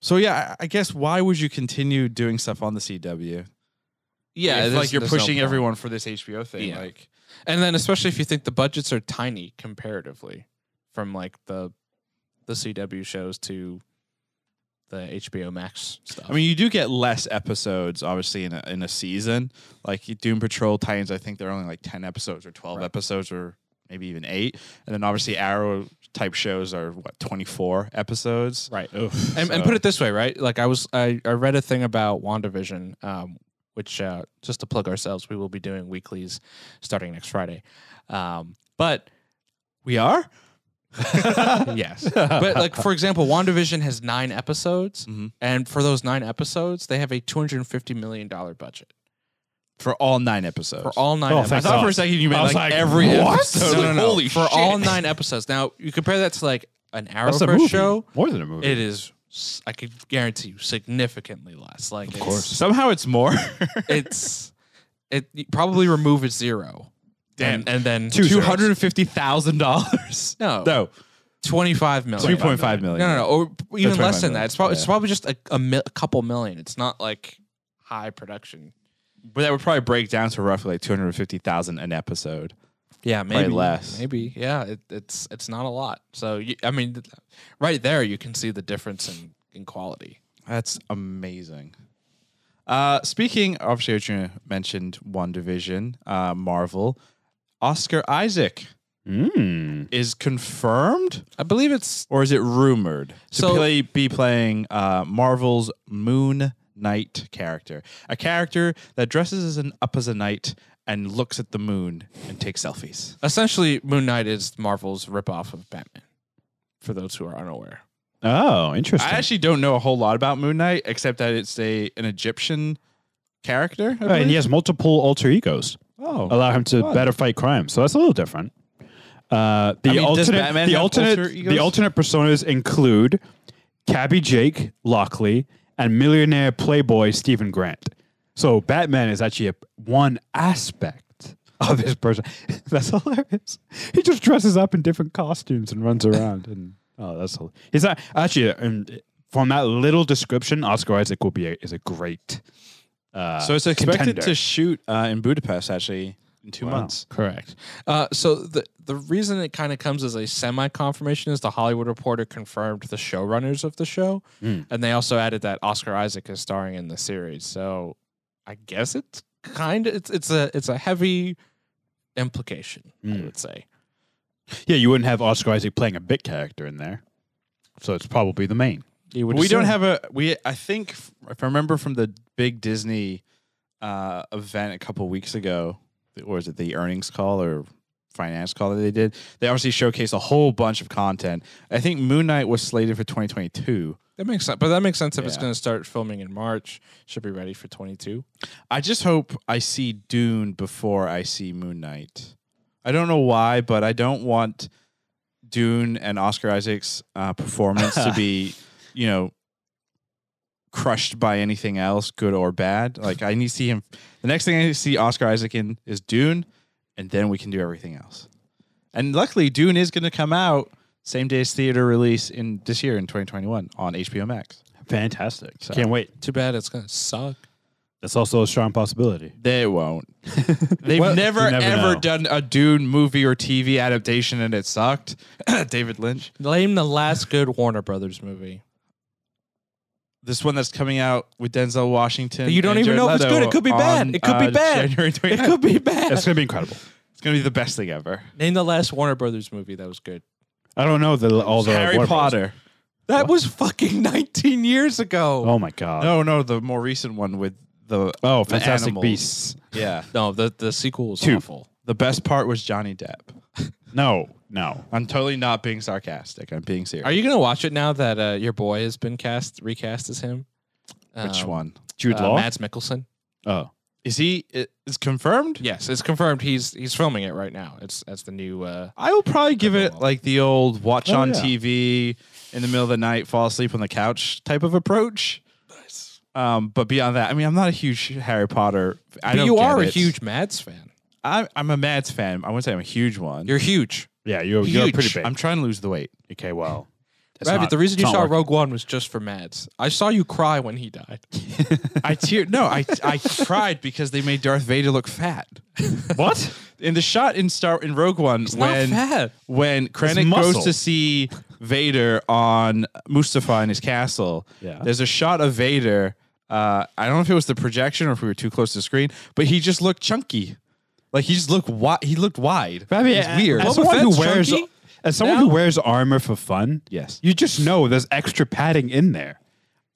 Speaker 1: so yeah, I, I guess why would you continue doing stuff on the CW?
Speaker 3: yeah,
Speaker 1: If,
Speaker 3: there's-
Speaker 1: like you're
Speaker 3: there's no
Speaker 1: pushing
Speaker 3: point.
Speaker 1: everyone for this HBO thing.
Speaker 3: Yeah.
Speaker 1: Like,
Speaker 3: and then especially if you think the budgets are tiny comparatively from like the the CW shows to the HBO Max stuff.
Speaker 1: I mean, you do get less episodes, obviously, in a, in a season. Like Doom Patrol, Titans, I think they're only like 10 episodes or 12
Speaker 3: Right.
Speaker 1: episodes or maybe even eight. And then obviously, Arrow type shows are what, 24 episodes?
Speaker 3: right.
Speaker 2: Oof.
Speaker 3: and,
Speaker 1: So-
Speaker 3: and put it this way, right? Like I was, I, I read a thing about WandaVision, um, which uh, just to plug ourselves, we will be doing weeklies starting next Friday. Um, but
Speaker 1: We are?
Speaker 3: yes, but like for example, WandaVision has nine episodes,
Speaker 2: Mm-hmm.
Speaker 1: Mhm.
Speaker 3: and for those nine episodes, they have a two hundred and fifty million dollar budget
Speaker 1: For all nine episodes.
Speaker 3: for all nine.
Speaker 2: Oh,
Speaker 1: I
Speaker 2: thank
Speaker 3: episodes.
Speaker 1: thought
Speaker 2: God.
Speaker 1: for a second you meant
Speaker 2: I
Speaker 1: like,
Speaker 2: was like,
Speaker 1: every
Speaker 2: what?
Speaker 1: episode.
Speaker 3: no, no, no.
Speaker 1: Holy
Speaker 3: for
Speaker 1: shit.
Speaker 3: all nine episodes. Now you compare that to like an hour
Speaker 2: That's a
Speaker 3: per
Speaker 2: movie.
Speaker 3: show.
Speaker 2: More than a movie.
Speaker 3: It is, s- I could guarantee you, significantly less. Like of
Speaker 2: course.
Speaker 1: Somehow it's more.
Speaker 3: it's it you probably remove a zero.
Speaker 1: Damn.
Speaker 3: And, and then
Speaker 2: Two zeros.
Speaker 1: $250,000.
Speaker 3: No.
Speaker 1: No,
Speaker 3: 25 million.
Speaker 1: 2.5 million.
Speaker 3: No, no, no. Or even
Speaker 1: 25
Speaker 3: less than
Speaker 1: million.
Speaker 3: that. It's probably, it's
Speaker 1: Yeah.
Speaker 3: probably just a, a, mil- a couple million. It's not like high production.
Speaker 1: But that would probably break down to roughly like 250000 an episode.
Speaker 3: Yeah,
Speaker 1: Probably
Speaker 3: maybe
Speaker 1: less.
Speaker 3: Maybe. Yeah, it, it's it's not a lot. So you, I mean th- right there you can see the difference in in quality.
Speaker 1: That's amazing. Uh, speaking, obviously, Arjuna mentioned One Division, uh, Marvel. Oscar Isaac
Speaker 2: Mm.
Speaker 1: is confirmed,
Speaker 3: I believe it's
Speaker 1: or is it rumored to
Speaker 3: So-
Speaker 1: play, be playing uh, Marvel's Moon Knight character, a character that dresses as an up as a knight and looks at the moon and takes selfies.
Speaker 3: essentially Moon Knight is Marvel's ripoff of Batman. For those who are unaware.
Speaker 2: Oh,
Speaker 1: I
Speaker 2: interesting.
Speaker 1: actually don't know a whole lot about Moon Knight except that it's a an Egyptian character. I
Speaker 2: Right, and
Speaker 1: believe.
Speaker 2: he has multiple alter egos.
Speaker 1: Oh,
Speaker 2: allow him to
Speaker 1: Fun.
Speaker 2: better fight crime. So that's a little different. Uh, the
Speaker 1: I mean, does
Speaker 2: alternate,
Speaker 1: Batman
Speaker 2: the
Speaker 1: have
Speaker 2: alternate,
Speaker 1: alter egos?
Speaker 2: the alternate personas include Cabby Jake Lockley and millionaire playboy Stephen Grant. So Batman is actually a, one aspect of his person. that's hilarious. He just dresses up in different costumes and runs around, and oh, that's hilarious. he's not, actually and from that little description. Oscar Isaac will be a, is a great. Uh,
Speaker 1: So it's expected
Speaker 2: contender. Oh,
Speaker 1: to shoot uh, in Budapest actually in two
Speaker 2: Wow.
Speaker 1: months.
Speaker 3: Correct. Uh, so the the reason it kind of comes as a semi confirmation is the Hollywood Reporter confirmed the showrunners of the show,
Speaker 1: Hmm.
Speaker 3: and they also added that Oscar Isaac is starring in the series. So I guess it's kind of it's it's a it's a heavy implication. I
Speaker 1: Hmm.
Speaker 2: Mm.
Speaker 3: would say.
Speaker 2: Yeah, you wouldn't have Oscar Isaac playing a bit character in there. So it's probably the main.
Speaker 3: You would
Speaker 1: We don't
Speaker 3: assume.
Speaker 1: have a we. I think f- if I remember from the big Disney uh, event a couple weeks ago, or was it the earnings call or finance call that they did? They obviously showcased a whole bunch of content. I think Moon Knight was slated for 2022.
Speaker 3: that makes sense, but that makes sense if it's
Speaker 1: Yeah.
Speaker 3: going to start filming in March. Should be ready for twenty two.
Speaker 1: I just hope I see Dune before I see Moon Knight. I don't know why, but I don't want Dune and Oscar Isaac's uh, performance to be, you know, crushed by anything else, good or bad. Like I need to see him. The next thing I need to see Oscar Isaac in is Dune, and then we can do everything else. And luckily, Dune is going to come out same day as theater release in this year in 2021 on HBO Max.
Speaker 2: Fantastic.
Speaker 1: So-
Speaker 2: Can't wait.
Speaker 3: Too bad it's going to suck.
Speaker 2: That's also a strong possibility.
Speaker 1: They won't. They've
Speaker 2: Well,
Speaker 1: never
Speaker 2: you never
Speaker 1: ever
Speaker 2: know.
Speaker 1: done a Dune movie or TV adaptation and it sucked. David Lynch.
Speaker 3: Name the last good Warner Brothers movie.
Speaker 1: This one that's coming out with Denzel Washington.
Speaker 3: You don't
Speaker 1: and
Speaker 3: even
Speaker 1: Jared
Speaker 3: know if it's
Speaker 1: Leto
Speaker 3: good. It could be bad.
Speaker 1: on,
Speaker 3: It could be
Speaker 1: uh,
Speaker 3: bad.
Speaker 1: January
Speaker 3: It
Speaker 1: 29th.
Speaker 3: could be bad.
Speaker 2: That's going to be incredible.
Speaker 1: It's going to be the best thing ever.
Speaker 3: Name the last Warner Brothers movie that was good.
Speaker 2: I don't know the, all the
Speaker 1: Harry
Speaker 2: Warner Bros.
Speaker 1: Potter.
Speaker 3: That was fucking 19 years ago.
Speaker 2: Oh my god.
Speaker 1: No, no, the more recent one with the
Speaker 2: Oh,
Speaker 1: the
Speaker 2: Fantastic
Speaker 1: animals.
Speaker 2: Beasts.
Speaker 1: Yeah.
Speaker 3: No, the, the sequel was awful.
Speaker 1: The best part was Johnny Depp.
Speaker 2: No, no.
Speaker 1: I'm totally not being sarcastic. I'm being serious.
Speaker 3: Are you gonna watch it now that uh, your boy has been cast recast as him?
Speaker 1: Which
Speaker 3: Um,
Speaker 1: one?
Speaker 2: Jude
Speaker 3: uh,
Speaker 2: Law.
Speaker 3: Mads Mikkelsen.
Speaker 2: oh,
Speaker 1: Is he i- is confirmed?
Speaker 3: Yes, it's confirmed. He's he's filming it right now. It's that's the new. Uh,
Speaker 1: I will probably give it
Speaker 3: Definitely.
Speaker 1: like the old watch
Speaker 2: Oh,
Speaker 1: on
Speaker 2: yeah.
Speaker 1: TV in the middle of the night, fall asleep on the couch type of approach. Um, but beyond that, I mean, I'm not a huge Harry Potter. I
Speaker 3: but
Speaker 1: don't
Speaker 3: you
Speaker 1: get
Speaker 3: are a
Speaker 1: it.
Speaker 3: huge Mads fan.
Speaker 1: I'm, I'm a Mads fan. I wouldn't say I'm a huge one.
Speaker 3: You're huge.
Speaker 2: yeah. You're, you're
Speaker 3: Huge.
Speaker 2: pretty big.
Speaker 1: I'm trying to lose the weight.
Speaker 2: okay, well, that's
Speaker 3: Rabbit,
Speaker 2: not-
Speaker 3: the reason
Speaker 2: it's
Speaker 3: you
Speaker 2: not
Speaker 3: saw
Speaker 2: working.
Speaker 3: Rogue One was just for Mads. I saw you cry when he died.
Speaker 1: I teared. No, I I cried because they made Darth Vader look fat.
Speaker 2: What?
Speaker 1: In the shot in Star in Rogue One,
Speaker 3: not
Speaker 1: when
Speaker 3: fat.
Speaker 1: when Krennic goes
Speaker 2: muscle.
Speaker 1: to see Vader on Mustafar in his castle,
Speaker 2: Yeah.
Speaker 1: there's a shot of Vader. Uh, I don't know if it was the projection or if we were too close to the screen, but he just looked chunky. Like he just looked wide. He looked wide.
Speaker 2: It's weird. As someone who wears as someone who wears armor for fun,
Speaker 1: Yes.
Speaker 2: you just know there's extra padding in there.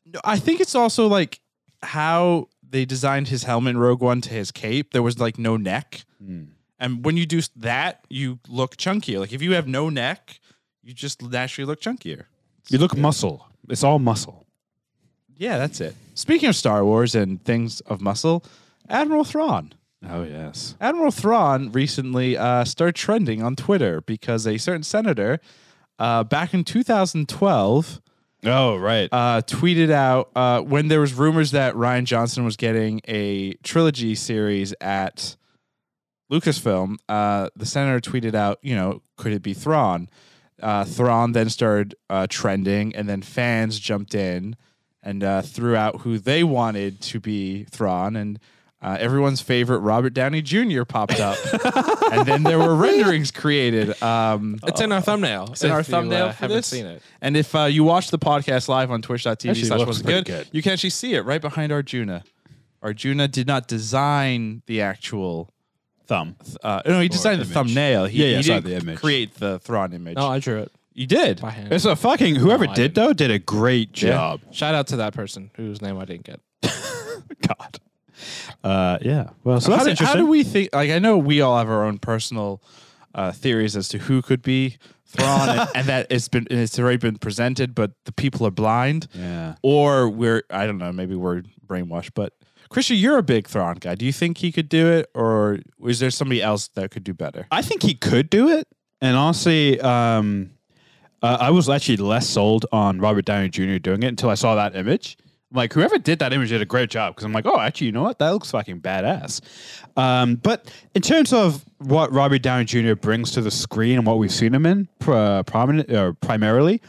Speaker 1: No, I think it's also like how they designed his helmet in Rogue One to his cape. There was like no neck, and when you do s- that, you look chunkier. Like if you have no neck, you just naturally look chunkier.
Speaker 2: You look muscle. It's all muscle.
Speaker 1: Yeah, that's it. Speaking of Star Wars and things of muscle, Admiral Thrawn.
Speaker 2: Oh yes.
Speaker 1: Admiral Thrawn recently uh, started trending on Twitter because a certain senator uh, back in 2012
Speaker 2: Oh right.
Speaker 1: uh, tweeted out uh, when there was rumors that Ryan Johnson was getting a trilogy series at Lucasfilm. Uh, the senator tweeted out, you know, could it be Thrawn? Uh, Thrawn then started uh, trending, and then fans jumped in and uh, threw out who they wanted to be Thrawn, and uh, everyone's favorite Robert Downey Jr. popped up, and then there were renderings created. Um,
Speaker 3: It's
Speaker 2: Oh.
Speaker 3: in our thumbnail. It's
Speaker 1: in our
Speaker 2: uh,
Speaker 1: thumbnail for
Speaker 3: haven't
Speaker 1: this?
Speaker 3: seen it.
Speaker 1: and if uh, you watch the podcast live on twitch.tv
Speaker 2: Actually,
Speaker 1: slash
Speaker 2: looks
Speaker 1: was
Speaker 2: pretty
Speaker 1: good,
Speaker 2: good.
Speaker 1: you can actually see it right behind Arjuna. Arjuna did not design the actual.
Speaker 2: Thumb.
Speaker 1: Uh, no, he designed the
Speaker 2: image.
Speaker 1: thumbnail. He,
Speaker 2: Yeah, yeah,
Speaker 1: he
Speaker 2: I saw
Speaker 1: didn't
Speaker 2: the image. Oh,
Speaker 1: create the Thrawn image.
Speaker 3: No, I drew it.
Speaker 1: you did.
Speaker 3: by hand.
Speaker 2: It's a fucking whoever
Speaker 3: No, I
Speaker 2: did though did a great job.
Speaker 3: Shout out to that person whose name I didn't get.
Speaker 2: God. Uh yeah. Well, so
Speaker 1: How
Speaker 2: that's
Speaker 1: do, how
Speaker 2: interesting.
Speaker 1: do we think? Like, I know we all have our own personal uh, theories as to who could be Thrawn, and, and that it's been and it's already been presented, but the people are blind.
Speaker 2: yeah.
Speaker 1: or we're I don't know, maybe we're brainwashed, but Christian, you're a big Thrawn guy. Do you think he could do it, or is there somebody else that could do better?
Speaker 2: I think he could do it. And honestly, um, uh, I was actually less sold on Robert Downey Jr. doing it until I saw that image. I'm like, whoever did that image did a great job because I'm like, oh, actually, you know what? That looks fucking badass. Um, but in terms of what Robert Downey Jr. brings to the screen and what we've seen him in pr- uh, prominent or primarily,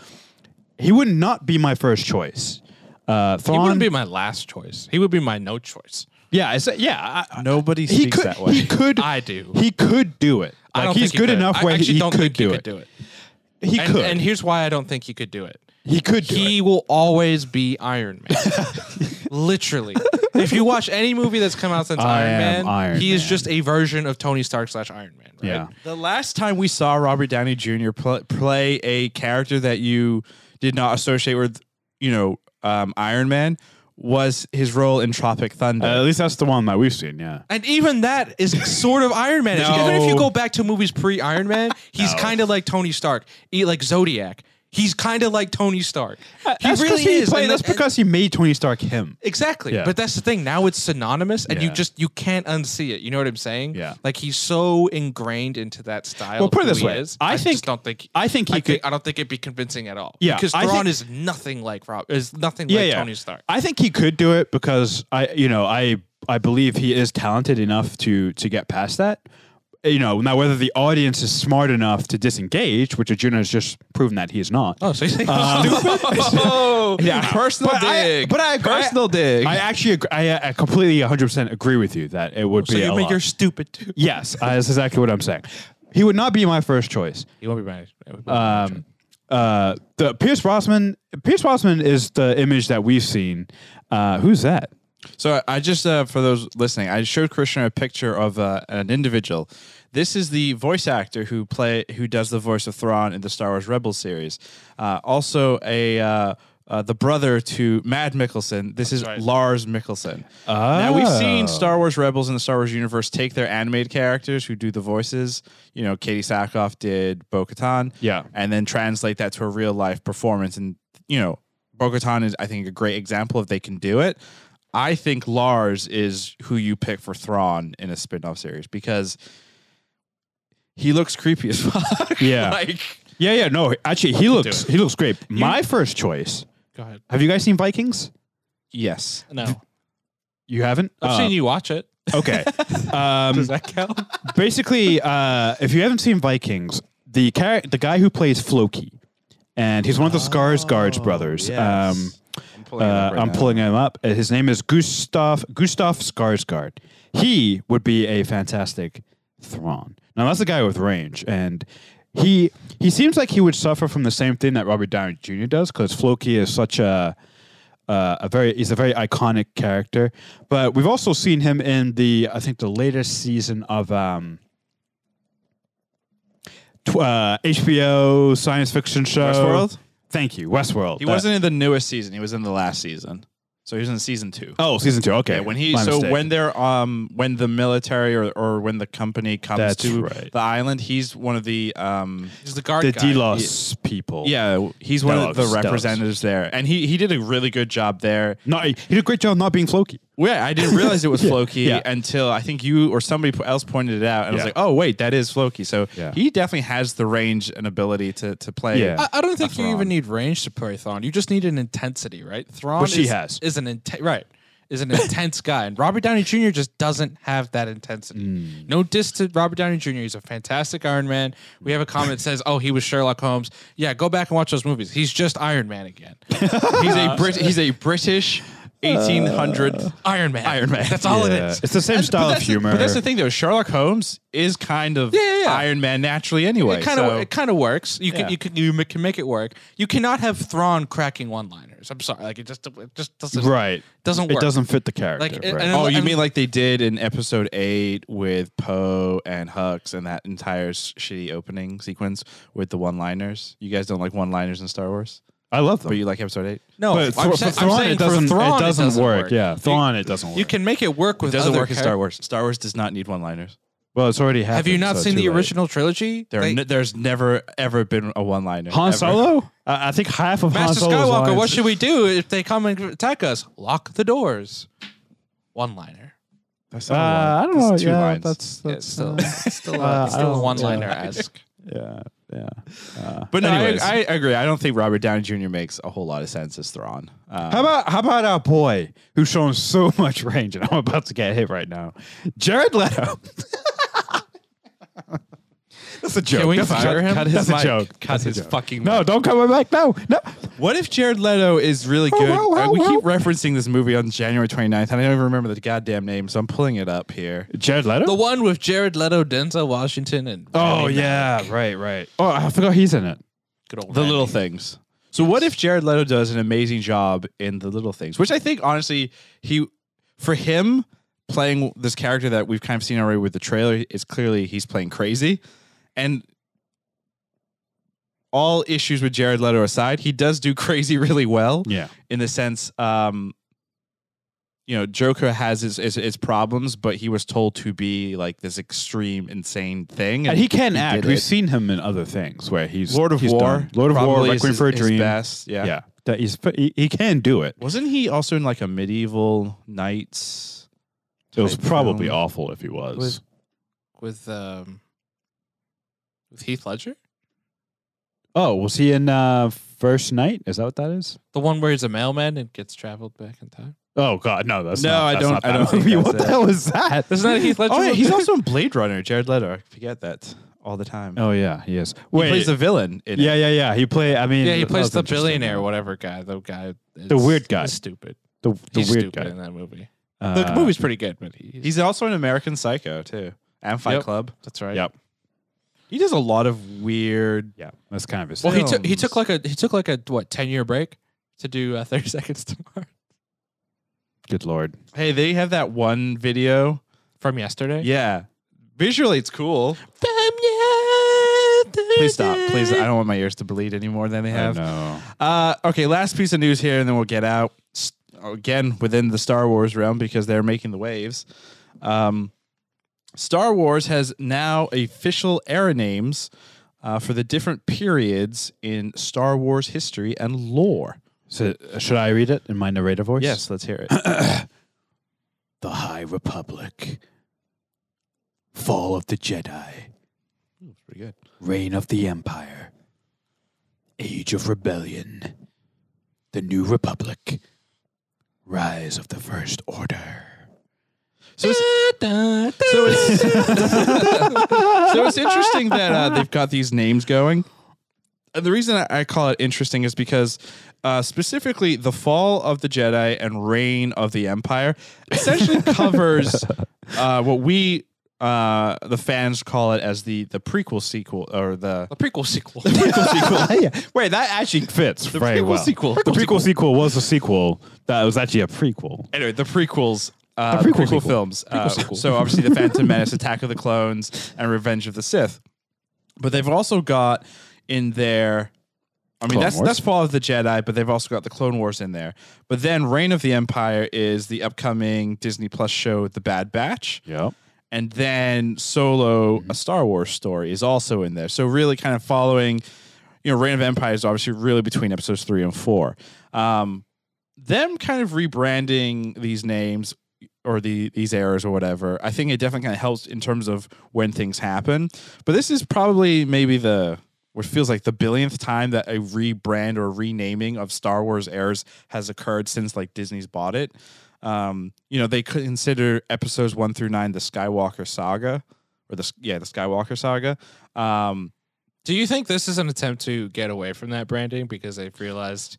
Speaker 2: he would not be my first choice. Uh,
Speaker 3: He
Speaker 2: Thrawn,
Speaker 3: wouldn't be my last choice. He would be my no choice.
Speaker 2: yeah, I said, yeah, I,
Speaker 1: Nobody
Speaker 2: he
Speaker 1: speaks
Speaker 2: could,
Speaker 1: that way.
Speaker 2: he could,
Speaker 3: I do.
Speaker 2: he could do it.
Speaker 3: I
Speaker 2: Like,
Speaker 3: don't think
Speaker 2: he's
Speaker 3: he
Speaker 2: good
Speaker 3: could.
Speaker 2: enough
Speaker 3: I
Speaker 2: where
Speaker 3: actually
Speaker 2: he, he
Speaker 3: don't
Speaker 2: could
Speaker 3: think
Speaker 2: do
Speaker 3: he
Speaker 2: it.
Speaker 3: could do it.
Speaker 2: He
Speaker 3: And,
Speaker 2: could.
Speaker 3: and here's why I don't think he could do it.
Speaker 2: He could do
Speaker 3: he will always be Iron Man. Literally. If you watch any movie that's come out since
Speaker 2: I
Speaker 3: Iron
Speaker 2: am
Speaker 3: Man,
Speaker 2: Iron
Speaker 3: he is
Speaker 2: Man.
Speaker 3: just a version of Tony Stark slash Iron Man. Right?
Speaker 2: Yeah.
Speaker 1: The last time we saw Robert Downey Jr. Pl- play a character that you did not associate with, you know, um, Iron Man, was his role in Tropic Thunder.
Speaker 2: Uh, at least that's the one that we've seen. Yeah.
Speaker 3: And even that is sort of Iron Man.
Speaker 2: No.
Speaker 3: Even if you go back to movies pre Iron Man, he's kind of like Tony Stark, He- like Zodiac. He's kind of like Tony Stark.
Speaker 2: Uh,
Speaker 3: He really is.
Speaker 2: Played,
Speaker 3: and
Speaker 2: that's
Speaker 3: that- and-
Speaker 2: because he made Tony Stark him.
Speaker 3: Exactly.
Speaker 2: Yeah.
Speaker 3: But that's the thing. Now it's synonymous and you
Speaker 2: Yeah.
Speaker 3: just you can't unsee it. You know what I'm saying?
Speaker 2: Yeah.
Speaker 3: Like he's so ingrained into that style.
Speaker 2: Well, put
Speaker 3: of
Speaker 2: it
Speaker 3: who
Speaker 2: this
Speaker 3: he
Speaker 2: way.
Speaker 3: is.
Speaker 2: I
Speaker 3: just
Speaker 2: think-
Speaker 3: don't think
Speaker 2: I think he
Speaker 3: I
Speaker 2: could-
Speaker 3: I don't think it'd be convincing at all.
Speaker 2: Yeah,
Speaker 3: Because
Speaker 2: I
Speaker 3: Thrawn
Speaker 2: think-
Speaker 3: is nothing like Rob is nothing
Speaker 2: Yeah,
Speaker 3: like
Speaker 2: yeah.
Speaker 3: Tony Stark.
Speaker 2: I think he could do it because I, you know, I, I believe he is talented enough to to get past that. You know, now whether the audience is smart enough to disengage, which Arjuna has just proven that he is not.
Speaker 3: Oh, so you think
Speaker 1: oh, yeah, personal
Speaker 2: But I-
Speaker 1: dig.
Speaker 2: but I-
Speaker 1: personal dig.
Speaker 2: I actually, agree, I, I completely 100% agree with you that it would
Speaker 3: so
Speaker 2: be a
Speaker 3: you mean
Speaker 2: lot.
Speaker 3: you're stupid too.
Speaker 2: Yes, uh, that's exactly what I'm saying. He would not be my first choice.
Speaker 3: You won't be mad. It would be
Speaker 2: um, uh, the Pierce Brosnan. Pierce Brosnan is the image that we've seen. Uh, who's that?
Speaker 1: So I- I just, uh, for those listening, I showed Krishna a picture of uh, an individual. This is the voice actor who play who does the voice of Thrawn in the Star Wars Rebels series. Uh, also a uh, uh, the brother to Mad Mickelson. This is
Speaker 4: right.
Speaker 1: Lars Mickelson.
Speaker 2: Oh.
Speaker 1: Now we've seen Star Wars Rebels in the Star Wars universe take their animated characters who do the voices. You know, Katie Sackhoff did Bo-Katan.
Speaker 2: Yeah.
Speaker 1: and then translate that to a real life performance. And you know, Bo-Katan is I think a great example if they can do it. I think Lars is who you pick for Thrawn in a spin-off series because he looks creepy as fuck.
Speaker 2: Yeah.
Speaker 1: like
Speaker 2: Yeah, yeah, no. Actually, he looks he looks great. My first choice.
Speaker 4: Go ahead.
Speaker 2: Have you guys seen Vikings?
Speaker 1: yes.
Speaker 4: No,
Speaker 2: You haven't.
Speaker 4: I've
Speaker 2: Uh,
Speaker 4: seen you watch it.
Speaker 2: Okay. Um,
Speaker 4: Does that count?
Speaker 2: basically, uh, if you haven't seen Vikings, the char- the guy who plays Floki, and he's one of the Skarsgård's brothers.
Speaker 4: Oh,
Speaker 2: Um,
Speaker 1: I'm pulling it
Speaker 2: uh,
Speaker 1: up right
Speaker 2: I'm
Speaker 1: now.
Speaker 2: pulling him up. Uh, His name is Gustav Gustav Skarsgård. He would be a fantastic Thrawn. Now that's a guy with range, and he he seems like he would suffer from the same thing that Robert Downey Jr. does because Floki is such a uh, a very he's a very iconic character. But we've also seen him in the I think the latest season of um, tw- uh, HBO science fiction show
Speaker 1: Westworld?
Speaker 2: Thank you, Westworld.
Speaker 1: He
Speaker 2: That-
Speaker 1: wasn't in the newest season. He was in the last season. So he was in season two.
Speaker 2: Oh, season two. Okay.
Speaker 1: Yeah, when he
Speaker 2: My
Speaker 1: so
Speaker 2: mistake.
Speaker 1: when they're um when the military or, or when the company comes
Speaker 2: That's
Speaker 1: to
Speaker 2: right.
Speaker 1: the island, he's one of the um
Speaker 4: He's the guard
Speaker 2: the
Speaker 4: guy.
Speaker 2: Delos people.
Speaker 1: yeah he's one of the
Speaker 2: Delos, Delos.
Speaker 1: representatives there, and he he did a really good job there.
Speaker 2: No, he did a great job not being Floki.
Speaker 1: Well, I didn't realize it was Floki
Speaker 2: yeah.
Speaker 1: until I think you or somebody po- else pointed it out, and I was
Speaker 2: Yeah.
Speaker 1: like, oh wait, that is Floki. So
Speaker 2: Yeah.
Speaker 1: he definitely has the range and ability to to play.
Speaker 2: Yeah.
Speaker 3: I, I don't think
Speaker 1: That's
Speaker 3: you
Speaker 1: wrong.
Speaker 3: even need range to play Thrawn. You just need an intensity, right? Thrawn
Speaker 2: Which he
Speaker 3: is,
Speaker 2: has.
Speaker 3: is an intense right is an intense guy, and Robert Downey Jr. just doesn't have that intensity.
Speaker 2: Mm.
Speaker 3: No diss to Robert Downey Jr. He's a fantastic Iron Man. We have a comment that says, "Oh, he was Sherlock Holmes." Yeah, go back and watch those movies. He's just Iron Man again.
Speaker 1: He's a Brit. He's a
Speaker 2: Uh,
Speaker 1: British 1800
Speaker 3: Iron Man.
Speaker 1: Iron Man.
Speaker 3: That's all
Speaker 2: Yeah.
Speaker 3: it is.
Speaker 2: It's the same
Speaker 1: And- but
Speaker 2: style of
Speaker 1: that's the-
Speaker 2: humor.
Speaker 1: but that's the thing, though. Sherlock Holmes is kind of
Speaker 3: Yeah, yeah, yeah.
Speaker 1: Iron Man naturally, anyway.
Speaker 3: It kind of
Speaker 1: so-
Speaker 3: it kind of works. You
Speaker 1: Yeah.
Speaker 3: can you can you ma- can make it work. You cannot have Thrawn cracking one liners. I'm sorry, like it just it just doesn't
Speaker 2: right.
Speaker 3: doesn't
Speaker 2: It
Speaker 3: work.
Speaker 2: doesn't fit the character.
Speaker 3: Like, it-
Speaker 2: right.
Speaker 3: and-
Speaker 1: oh, you
Speaker 3: and-
Speaker 1: mean like they did in episode eight with Poe and Hux and that entire s- shitty opening sequence with the one-liners? You guys don't like one-liners in Star Wars,
Speaker 2: I love them.
Speaker 1: but you like episode eight.
Speaker 3: No,
Speaker 2: but
Speaker 3: I'm
Speaker 2: for-
Speaker 3: sa-
Speaker 2: for
Speaker 3: I'm
Speaker 2: Thrawn,
Speaker 3: saying
Speaker 2: it
Speaker 3: for
Speaker 2: doesn't,
Speaker 3: Thrawn,
Speaker 2: it doesn't work. Yeah,
Speaker 3: You-
Speaker 2: Thrawn, it doesn't work.
Speaker 3: You can make it work with
Speaker 1: It doesn't
Speaker 3: other
Speaker 1: work in
Speaker 3: char-
Speaker 1: Star Wars. Star Wars does not need one-liners.
Speaker 2: well, it's already happened.
Speaker 3: Have you not
Speaker 2: so
Speaker 3: seen
Speaker 2: too
Speaker 3: the
Speaker 2: late.
Speaker 3: original trilogy?
Speaker 1: There, are
Speaker 3: They-
Speaker 1: n- there's never ever been a one-liner.
Speaker 2: Han
Speaker 1: ever.
Speaker 2: Solo? I I think half of Han
Speaker 3: Master
Speaker 2: Solo's
Speaker 3: Skywalker,
Speaker 2: lines-
Speaker 3: what should we do if they come and attack us? Lock the doors. One liner.
Speaker 1: That's
Speaker 2: Uh,
Speaker 1: not a
Speaker 2: I
Speaker 1: line.
Speaker 2: don't know.
Speaker 1: That's two
Speaker 2: yeah,
Speaker 1: lines.
Speaker 2: that's
Speaker 3: Yeah, it's
Speaker 2: that's
Speaker 3: still,
Speaker 2: uh,
Speaker 3: it's still, a-
Speaker 2: uh,
Speaker 3: it's
Speaker 2: I
Speaker 3: still a
Speaker 2: don't-
Speaker 3: one liner
Speaker 2: yeah.
Speaker 3: esque.
Speaker 2: yeah, yeah. Uh,
Speaker 1: But no, I,
Speaker 2: anyways.
Speaker 1: I agree. I don't think Robert Downey Jr. makes a whole lot of sense as Thrawn. Um,
Speaker 2: How about how about our boy who's shown so much range, and I'm about to get hit right now, Jared Leto. That's a joke.
Speaker 3: we
Speaker 2: That's a
Speaker 3: fire
Speaker 2: joke.
Speaker 3: him?
Speaker 2: That's
Speaker 1: his
Speaker 2: a
Speaker 1: mic.
Speaker 2: joke.
Speaker 1: Cut
Speaker 2: That's a
Speaker 1: his
Speaker 2: joke.
Speaker 1: fucking
Speaker 2: No,
Speaker 1: mic.
Speaker 2: don't come back. No, no.
Speaker 1: What if Jared Leto is really good?
Speaker 2: wow,
Speaker 1: Uh,
Speaker 2: wow,
Speaker 1: we
Speaker 2: wow.
Speaker 1: keep referencing this movie on January 29th, and I don't even remember the goddamn name, so I'm pulling it up here.
Speaker 2: Jared Leto.
Speaker 3: The one with Jared Leto, Denzel Washington, and
Speaker 2: oh
Speaker 3: Rami
Speaker 2: yeah, right, right. Oh, I forgot he's in it.
Speaker 3: Malek. Good old
Speaker 1: The
Speaker 3: Rami.
Speaker 1: Little Things. So, what if Jared Leto does an amazing job in The Little Things? Which I think, honestly, he for him playing this character that we've kind of seen already with the trailer is clearly he's playing crazy, and all issues with Jared Leto aside, he does do crazy really well.
Speaker 2: Yeah.
Speaker 1: in the sense, um, you know, Joker has his, his his problems, but he was told to be like this extreme, insane thing,
Speaker 2: And he can act.
Speaker 1: did
Speaker 2: We've
Speaker 1: it.
Speaker 2: seen him in other things where he's
Speaker 1: Lord of
Speaker 2: he's
Speaker 1: War,
Speaker 2: done- Lord of War,
Speaker 1: probably is
Speaker 2: Requiem
Speaker 1: his-
Speaker 2: for a
Speaker 1: his
Speaker 2: Dream.
Speaker 1: best, yeah.
Speaker 2: yeah, that he's he, he can do it.
Speaker 1: Wasn't he also in like a medieval knights?
Speaker 2: It was
Speaker 1: type
Speaker 2: probably
Speaker 1: film?
Speaker 2: awful if he was.
Speaker 3: with um with Heath Ledger,
Speaker 2: Oh, was he in uh, First Night? Is that what that is?
Speaker 3: the one where he's a mailman and gets traveled back in time.
Speaker 2: Oh God, no, that's
Speaker 1: No,
Speaker 2: Not,
Speaker 1: I
Speaker 2: that's
Speaker 1: don't-
Speaker 2: Not
Speaker 1: I
Speaker 2: that
Speaker 1: don't think
Speaker 2: movie.
Speaker 1: that's
Speaker 2: What the
Speaker 1: it.
Speaker 2: hell is that?
Speaker 3: Isn't that a Heath Ledger?
Speaker 1: Oh yeah,
Speaker 3: movie?
Speaker 1: he's also in Blade Runner. Jared Leto, I forget that all the time.
Speaker 2: Oh yeah, he is.
Speaker 1: he
Speaker 2: Wait,
Speaker 1: plays the villain. In
Speaker 2: yeah,
Speaker 1: it.
Speaker 2: yeah, yeah. He play. I mean,
Speaker 3: Yeah, he
Speaker 2: that
Speaker 3: plays
Speaker 2: was
Speaker 3: the
Speaker 2: interesting.
Speaker 3: billionaire, whatever guy. The guy,
Speaker 2: The
Speaker 3: is-
Speaker 2: weird guy.
Speaker 3: is stupid.
Speaker 2: the, the
Speaker 3: he's
Speaker 2: weird
Speaker 3: stupid
Speaker 2: guy.
Speaker 3: in that movie.
Speaker 2: Uh,
Speaker 3: the movie's pretty good, but he,
Speaker 1: he's also an American Psycho too, and Fight
Speaker 3: Yep.
Speaker 1: Club.
Speaker 3: that's right.
Speaker 2: Yep.
Speaker 1: He does a lot of weird.
Speaker 2: Yeah, that's kind of his.
Speaker 3: Well,
Speaker 2: thing.
Speaker 3: he took he took
Speaker 1: Films.
Speaker 3: like a he took like a what ten year break to do uh, thirty seconds to Mars
Speaker 2: Good lord.
Speaker 1: Hey, they have that one video.
Speaker 3: from yesterday.
Speaker 1: Yeah, visually it's cool.
Speaker 3: From yesterday.
Speaker 1: Please stop. Please. I don't want my ears to bleed any more than they have.
Speaker 2: No.
Speaker 1: Uh, okay, last piece of news here, and then we'll get out S- again within the Star Wars realm because they're making the waves. Um, Star Wars has now official era names uh, for the different periods in Star Wars history and lore.
Speaker 2: So, should I read it in my narrator voice?
Speaker 1: Yes, let's hear it.
Speaker 2: The High Republic. Fall of the Jedi.
Speaker 1: Pretty good.
Speaker 2: Reign of the Empire. Age of Rebellion. The New Republic. Rise of the First Order.
Speaker 1: So it's, so it's- so it's interesting that uh, they've got these names going. And the reason I, I call it interesting is because uh, specifically the fall of the Jedi and reign of the Empire essentially covers uh, what we uh, the fans call it as the the prequel sequel or the
Speaker 3: A prequel sequel.
Speaker 1: wait that actually fits the
Speaker 2: Very
Speaker 1: prequel
Speaker 2: well.
Speaker 1: sequel
Speaker 2: The prequel sequel was a sequel that was actually a prequel.
Speaker 1: anyway, the prequels. Uh,
Speaker 2: The prequel
Speaker 1: prequel,
Speaker 2: sequel.
Speaker 1: films. Uh, So obviously, the Phantom Menace, Attack of the Clones, and Revenge of the Sith. But they've also got in there. I mean,
Speaker 2: Clone
Speaker 1: that's
Speaker 2: Wars?
Speaker 1: that's Fall of the Jedi, but they've also got the Clone Wars in there. But then Reign of the Empire is the upcoming Disney Plus show, The Bad Batch,
Speaker 2: Yep.
Speaker 1: and then Solo, a Star Wars story, is also in there. So really, kind of following. You know, Reign of Empire is obviously really between episodes three and four. Um, them kind of rebranding these names or the these errors or whatever, I think it definitely kind of helps in terms of when things happen. But this is probably maybe the what feels like the billionth time that a rebrand or renaming of Star Wars errors has occurred since like Disney's bought it. Um, you know, they could consider episodes one through nine the Skywalker saga, or the yeah the Skywalker saga. Um,
Speaker 5: Do you think this is an attempt to get away from that branding because they've realized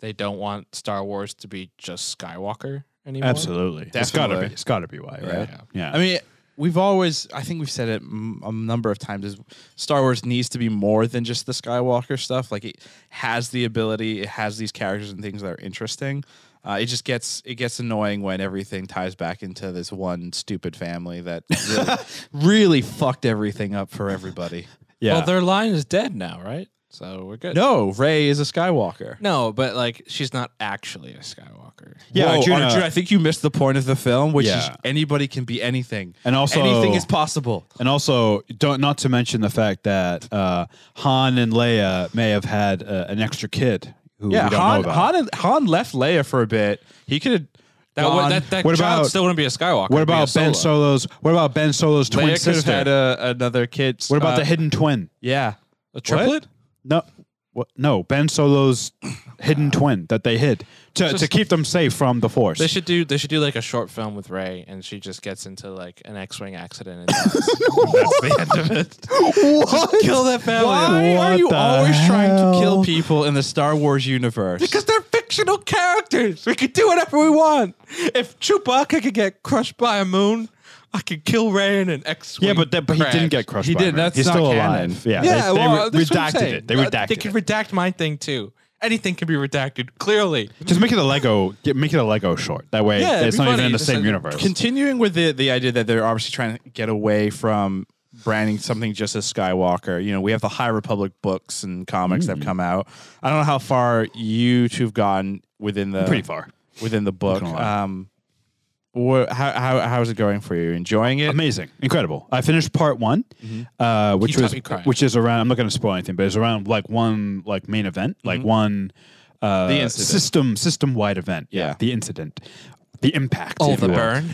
Speaker 5: they don't want Star Wars to be just Skywalker anymore?
Speaker 2: Absolutely. It's gotta be.
Speaker 1: Definitely.
Speaker 2: It's gotta be why, right?
Speaker 5: Yeah.
Speaker 2: Yeah.
Speaker 1: I mean, we've always, I think we've said it m- a number of times, is Star Wars needs to be more than just the Skywalker stuff. Like it has the ability, it has these characters and things that are interesting. Uh, it just gets it gets annoying when everything ties back into this one stupid family that really, really fucked everything up for everybody.
Speaker 2: yeah.
Speaker 5: Well, their line is dead now, right? So we're good.
Speaker 1: No, Ray is a Skywalker.
Speaker 5: No, but like she's not actually a Skywalker.
Speaker 2: yeah,
Speaker 1: Whoa,
Speaker 2: Arjuna-
Speaker 1: Arjuna, I think you missed the point of the film, which is
Speaker 2: Yeah.
Speaker 1: anybody can be anything,
Speaker 2: And also-
Speaker 1: anything is possible.
Speaker 2: And also, don't not to mention the fact that uh, Han and Leia may have had uh, an extra kid who
Speaker 1: Yeah,
Speaker 2: we don't
Speaker 1: Han,
Speaker 2: know about.
Speaker 1: Han, Han left Leia for a bit. He could have.
Speaker 5: That, would, that, that
Speaker 2: What
Speaker 5: child
Speaker 2: about-
Speaker 5: still wouldn't be a Skywalker.
Speaker 2: what
Speaker 5: it'd be a
Speaker 2: about
Speaker 5: Solo?
Speaker 2: Ben Solo's? What about Ben Solo's twin
Speaker 1: Leia could have
Speaker 2: sister?
Speaker 1: had a, another kid.
Speaker 2: what about
Speaker 1: Uh,
Speaker 2: the hidden twin?
Speaker 1: Yeah.
Speaker 5: A triplet?
Speaker 2: No, what, no, Ben Solo's hidden twin that they hid to, to keep them safe from the Force.
Speaker 5: They should do. They should do like a short film with Ray, and she just gets into like an X-wing accident. And dies.
Speaker 2: That's the end of it. What?
Speaker 1: Kill that family. Why
Speaker 2: What
Speaker 1: are you
Speaker 2: the
Speaker 1: always trying to kill
Speaker 2: hell?
Speaker 1: people in the Star Wars universe?
Speaker 5: Because they're fictional characters. We can do whatever we want. If Chewbacca could get crushed by a moon, I could kill Ray in an X.
Speaker 2: yeah, but, that, but he didn't get crushed.
Speaker 1: He
Speaker 2: by
Speaker 1: did,
Speaker 2: him.
Speaker 1: that's
Speaker 2: He's
Speaker 1: not
Speaker 2: still
Speaker 1: canon.
Speaker 2: alive. Yeah,
Speaker 5: yeah,
Speaker 2: they, they
Speaker 5: well,
Speaker 2: re-
Speaker 5: that's what I'm
Speaker 2: redacted
Speaker 5: saying.
Speaker 2: it. They
Speaker 5: Uh,
Speaker 2: redacted
Speaker 5: They can
Speaker 2: it.
Speaker 5: redact my thing too. Anything can be redacted. Clearly,
Speaker 2: Just make it a Lego. Get, make it a Lego short. That way,
Speaker 5: Yeah, it'd
Speaker 2: it's
Speaker 5: be
Speaker 2: not
Speaker 5: funny.
Speaker 2: even in the
Speaker 5: Just
Speaker 2: same
Speaker 5: like-
Speaker 2: universe.
Speaker 1: Continuing with the the idea that they're obviously trying to get away from branding something just as Skywalker. You know, we have the High Republic books and comics
Speaker 2: Hmm.
Speaker 1: that have come out. I don't know how far you two have gotten within the
Speaker 2: Pretty far.
Speaker 1: within the book.
Speaker 2: Not gonna lie.
Speaker 1: Um, wha- how, how how's it going for you? Enjoying it?
Speaker 2: Amazing, incredible. I finished part one,
Speaker 5: Mm-hmm.
Speaker 2: uh, which
Speaker 5: You
Speaker 2: was
Speaker 5: taught me crying.
Speaker 2: which is around. I'm not going to spoil anything, but it's around like one like main event,
Speaker 5: Mm-hmm.
Speaker 2: like one uh,
Speaker 1: The incident.
Speaker 2: system system wide event.
Speaker 1: Yeah.
Speaker 2: the incident, the impact.
Speaker 5: oh,
Speaker 2: if you
Speaker 5: the
Speaker 2: will.
Speaker 5: burn.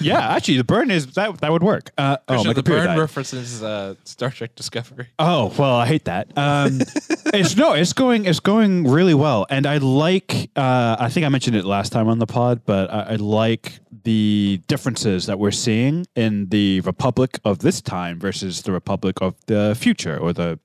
Speaker 2: Yeah, actually, the burn is that that would work. Uh, oh, my
Speaker 5: the
Speaker 2: computer
Speaker 5: burn
Speaker 2: died.
Speaker 5: references uh, Star Trek Discovery.
Speaker 2: Oh well, I hate that. Um, it's no, it's going, it's going really well, and I like. Uh, I think I mentioned it last time on the pod, but I, I like the differences that we're seeing in the Republic of this time versus the Republic of the future, or the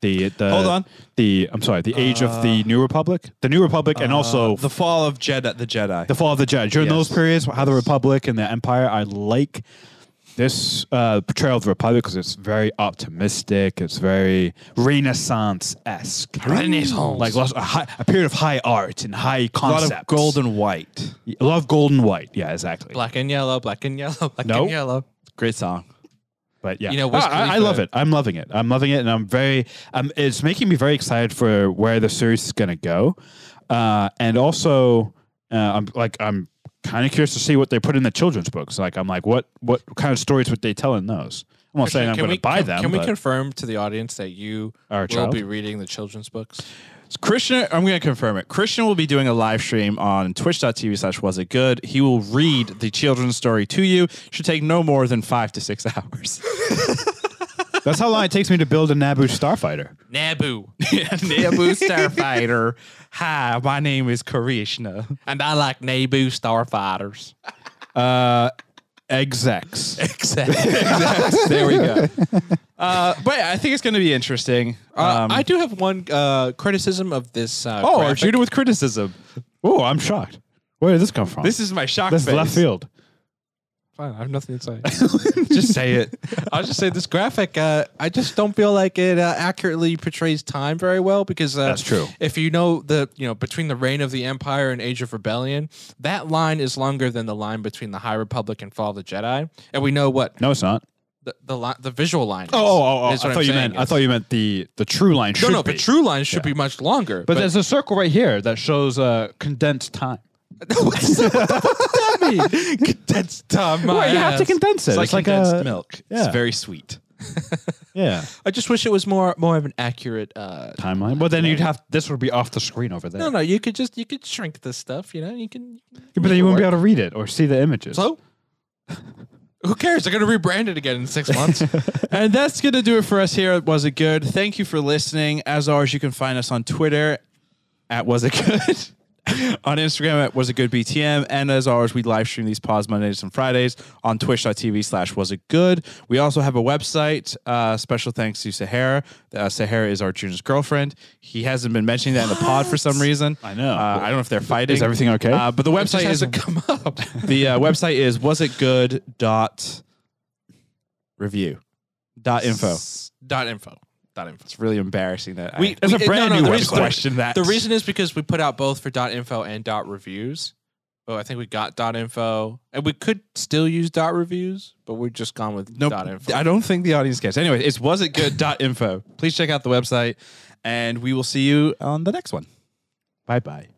Speaker 2: the the
Speaker 1: Hold on. Uh,
Speaker 2: the I'm sorry, the age of the New Republic, the New Republic, and also
Speaker 1: the fall of Jedi. The Jedi.
Speaker 2: the fall of the Jedi. During
Speaker 1: Yes.
Speaker 2: those periods, how the Republic and the Empire, I like this uh, portrayal of the Republic because it's very optimistic. It's very Renaissance esque.
Speaker 5: Renaissance.
Speaker 2: Like lots- a, high, a period of high art and high
Speaker 1: a lot
Speaker 2: concepts.
Speaker 1: of gold and white.
Speaker 2: a lot of gold and white. Yeah, exactly.
Speaker 5: Black and yellow, black and yellow, black
Speaker 2: Nope.
Speaker 5: and yellow.
Speaker 1: Great song.
Speaker 2: But yeah,
Speaker 3: You know, Wiz
Speaker 2: Ah, I, I
Speaker 3: Khalifa-
Speaker 2: love it. I'm loving it. I'm loving it, and I'm very. Um, it's making me very excited for where the series is going to go, uh, and also uh, I'm like I'm kind of curious to see what they put in the children's books. Like I'm like, what what kind of stories would they tell in those? I'm not saying I'm
Speaker 3: Can
Speaker 2: going
Speaker 3: we-
Speaker 2: to buy
Speaker 3: can-
Speaker 2: them.
Speaker 3: Can we
Speaker 2: but
Speaker 3: confirm to the audience that you
Speaker 2: Our
Speaker 3: will
Speaker 2: child?
Speaker 3: be reading the children's books?
Speaker 1: Krishna, I'm going to confirm it. Krishna will be doing a live stream on twitch.tv slash was it good. He will read the children's story to you. Should take no more than five to six hours.
Speaker 2: that's how long it takes me to build a Naboo starfighter.
Speaker 3: Naboo,
Speaker 1: Naboo Starfighter. Hi, my name is Krishna.
Speaker 3: and I like Naboo starfighters.
Speaker 2: Execs.
Speaker 3: Exactly.
Speaker 1: There we go. Uh, but yeah, I think it's going to be interesting.
Speaker 3: Uh,
Speaker 1: Um,
Speaker 3: I do have one uh, criticism of this. Uh,
Speaker 1: oh,
Speaker 3: graphic.
Speaker 1: Arjuna with criticism.
Speaker 2: Oh, I'm shocked. Where did this come from?
Speaker 1: This is my shock
Speaker 2: this is
Speaker 1: face.
Speaker 2: left field.
Speaker 3: Fine, I have nothing to say.
Speaker 1: Just say it.
Speaker 3: I'll just say this graphic. Uh, I just don't feel like it uh, accurately portrays time very well because uh,
Speaker 2: That's true.
Speaker 3: If you know the you know between the reign of the Empire and Age of Rebellion, that line is longer than the line between the High Republic and Fall of the Jedi, and we know what
Speaker 2: No, it's not.
Speaker 3: the the, li- the visual line. Is,
Speaker 2: Oh, oh, oh! I
Speaker 3: is what I'm
Speaker 2: thought you
Speaker 3: saying
Speaker 2: meant. I
Speaker 3: is-
Speaker 2: thought you meant the the true line.
Speaker 3: No,
Speaker 2: should
Speaker 3: no,
Speaker 2: be.
Speaker 3: the true line should be much longer.
Speaker 2: But, there's a circle right here that shows uh, condensed time.
Speaker 3: condensed time. my
Speaker 2: Right, you have to
Speaker 3: ass.
Speaker 2: condense it.
Speaker 1: It's like
Speaker 2: It's like,
Speaker 1: condensed
Speaker 2: a
Speaker 1: milk. It's
Speaker 2: yeah.
Speaker 1: very sweet.
Speaker 2: yeah
Speaker 3: I just wish it was more more of an accurate. Uh,
Speaker 2: timeline. Well, then you'd have this would be off the screen over there.
Speaker 3: no, no, you could just you could shrink this stuff. You know, you can.
Speaker 2: but then you wouldn't be able to read it or see the images.
Speaker 3: So, who cares? They're gonna rebrand it again in six months.
Speaker 1: And that's going to do it for us here at Was It Good. Thank you for listening. As always, you can find us on Twitter at Was It Good, on Instagram at Was It Good BTM, and as always, we live stream these pods Mondays and Fridays on twitch.tv slash Was It Good. We also have a website. Uh, special thanks to Sahara. Uh, Sahara is our Junior's girlfriend. He hasn't been mentioning that in the pod for some reason.
Speaker 2: I know.
Speaker 1: Uh, I don't know if they're fighting.
Speaker 2: Is everything okay?
Speaker 1: Uh, but the website
Speaker 3: has
Speaker 1: is
Speaker 3: to come up.
Speaker 1: the uh, website is was it good dot review dot info.
Speaker 3: Dot info. Dot info.
Speaker 1: It's really embarrassing that I,
Speaker 2: It's a brand new
Speaker 3: the
Speaker 2: website.
Speaker 3: reason-
Speaker 1: question that
Speaker 3: The reason is because we put out both for dot info and dot reviews. But I think we got dot info, and we could still use dot reviews, but we're just gone with
Speaker 1: Nope,
Speaker 3: dot info.
Speaker 1: I don't think the audience gets. Anyway, it's was it good dot info. Please check out the website, and we will see you on the next one.
Speaker 2: bye bye.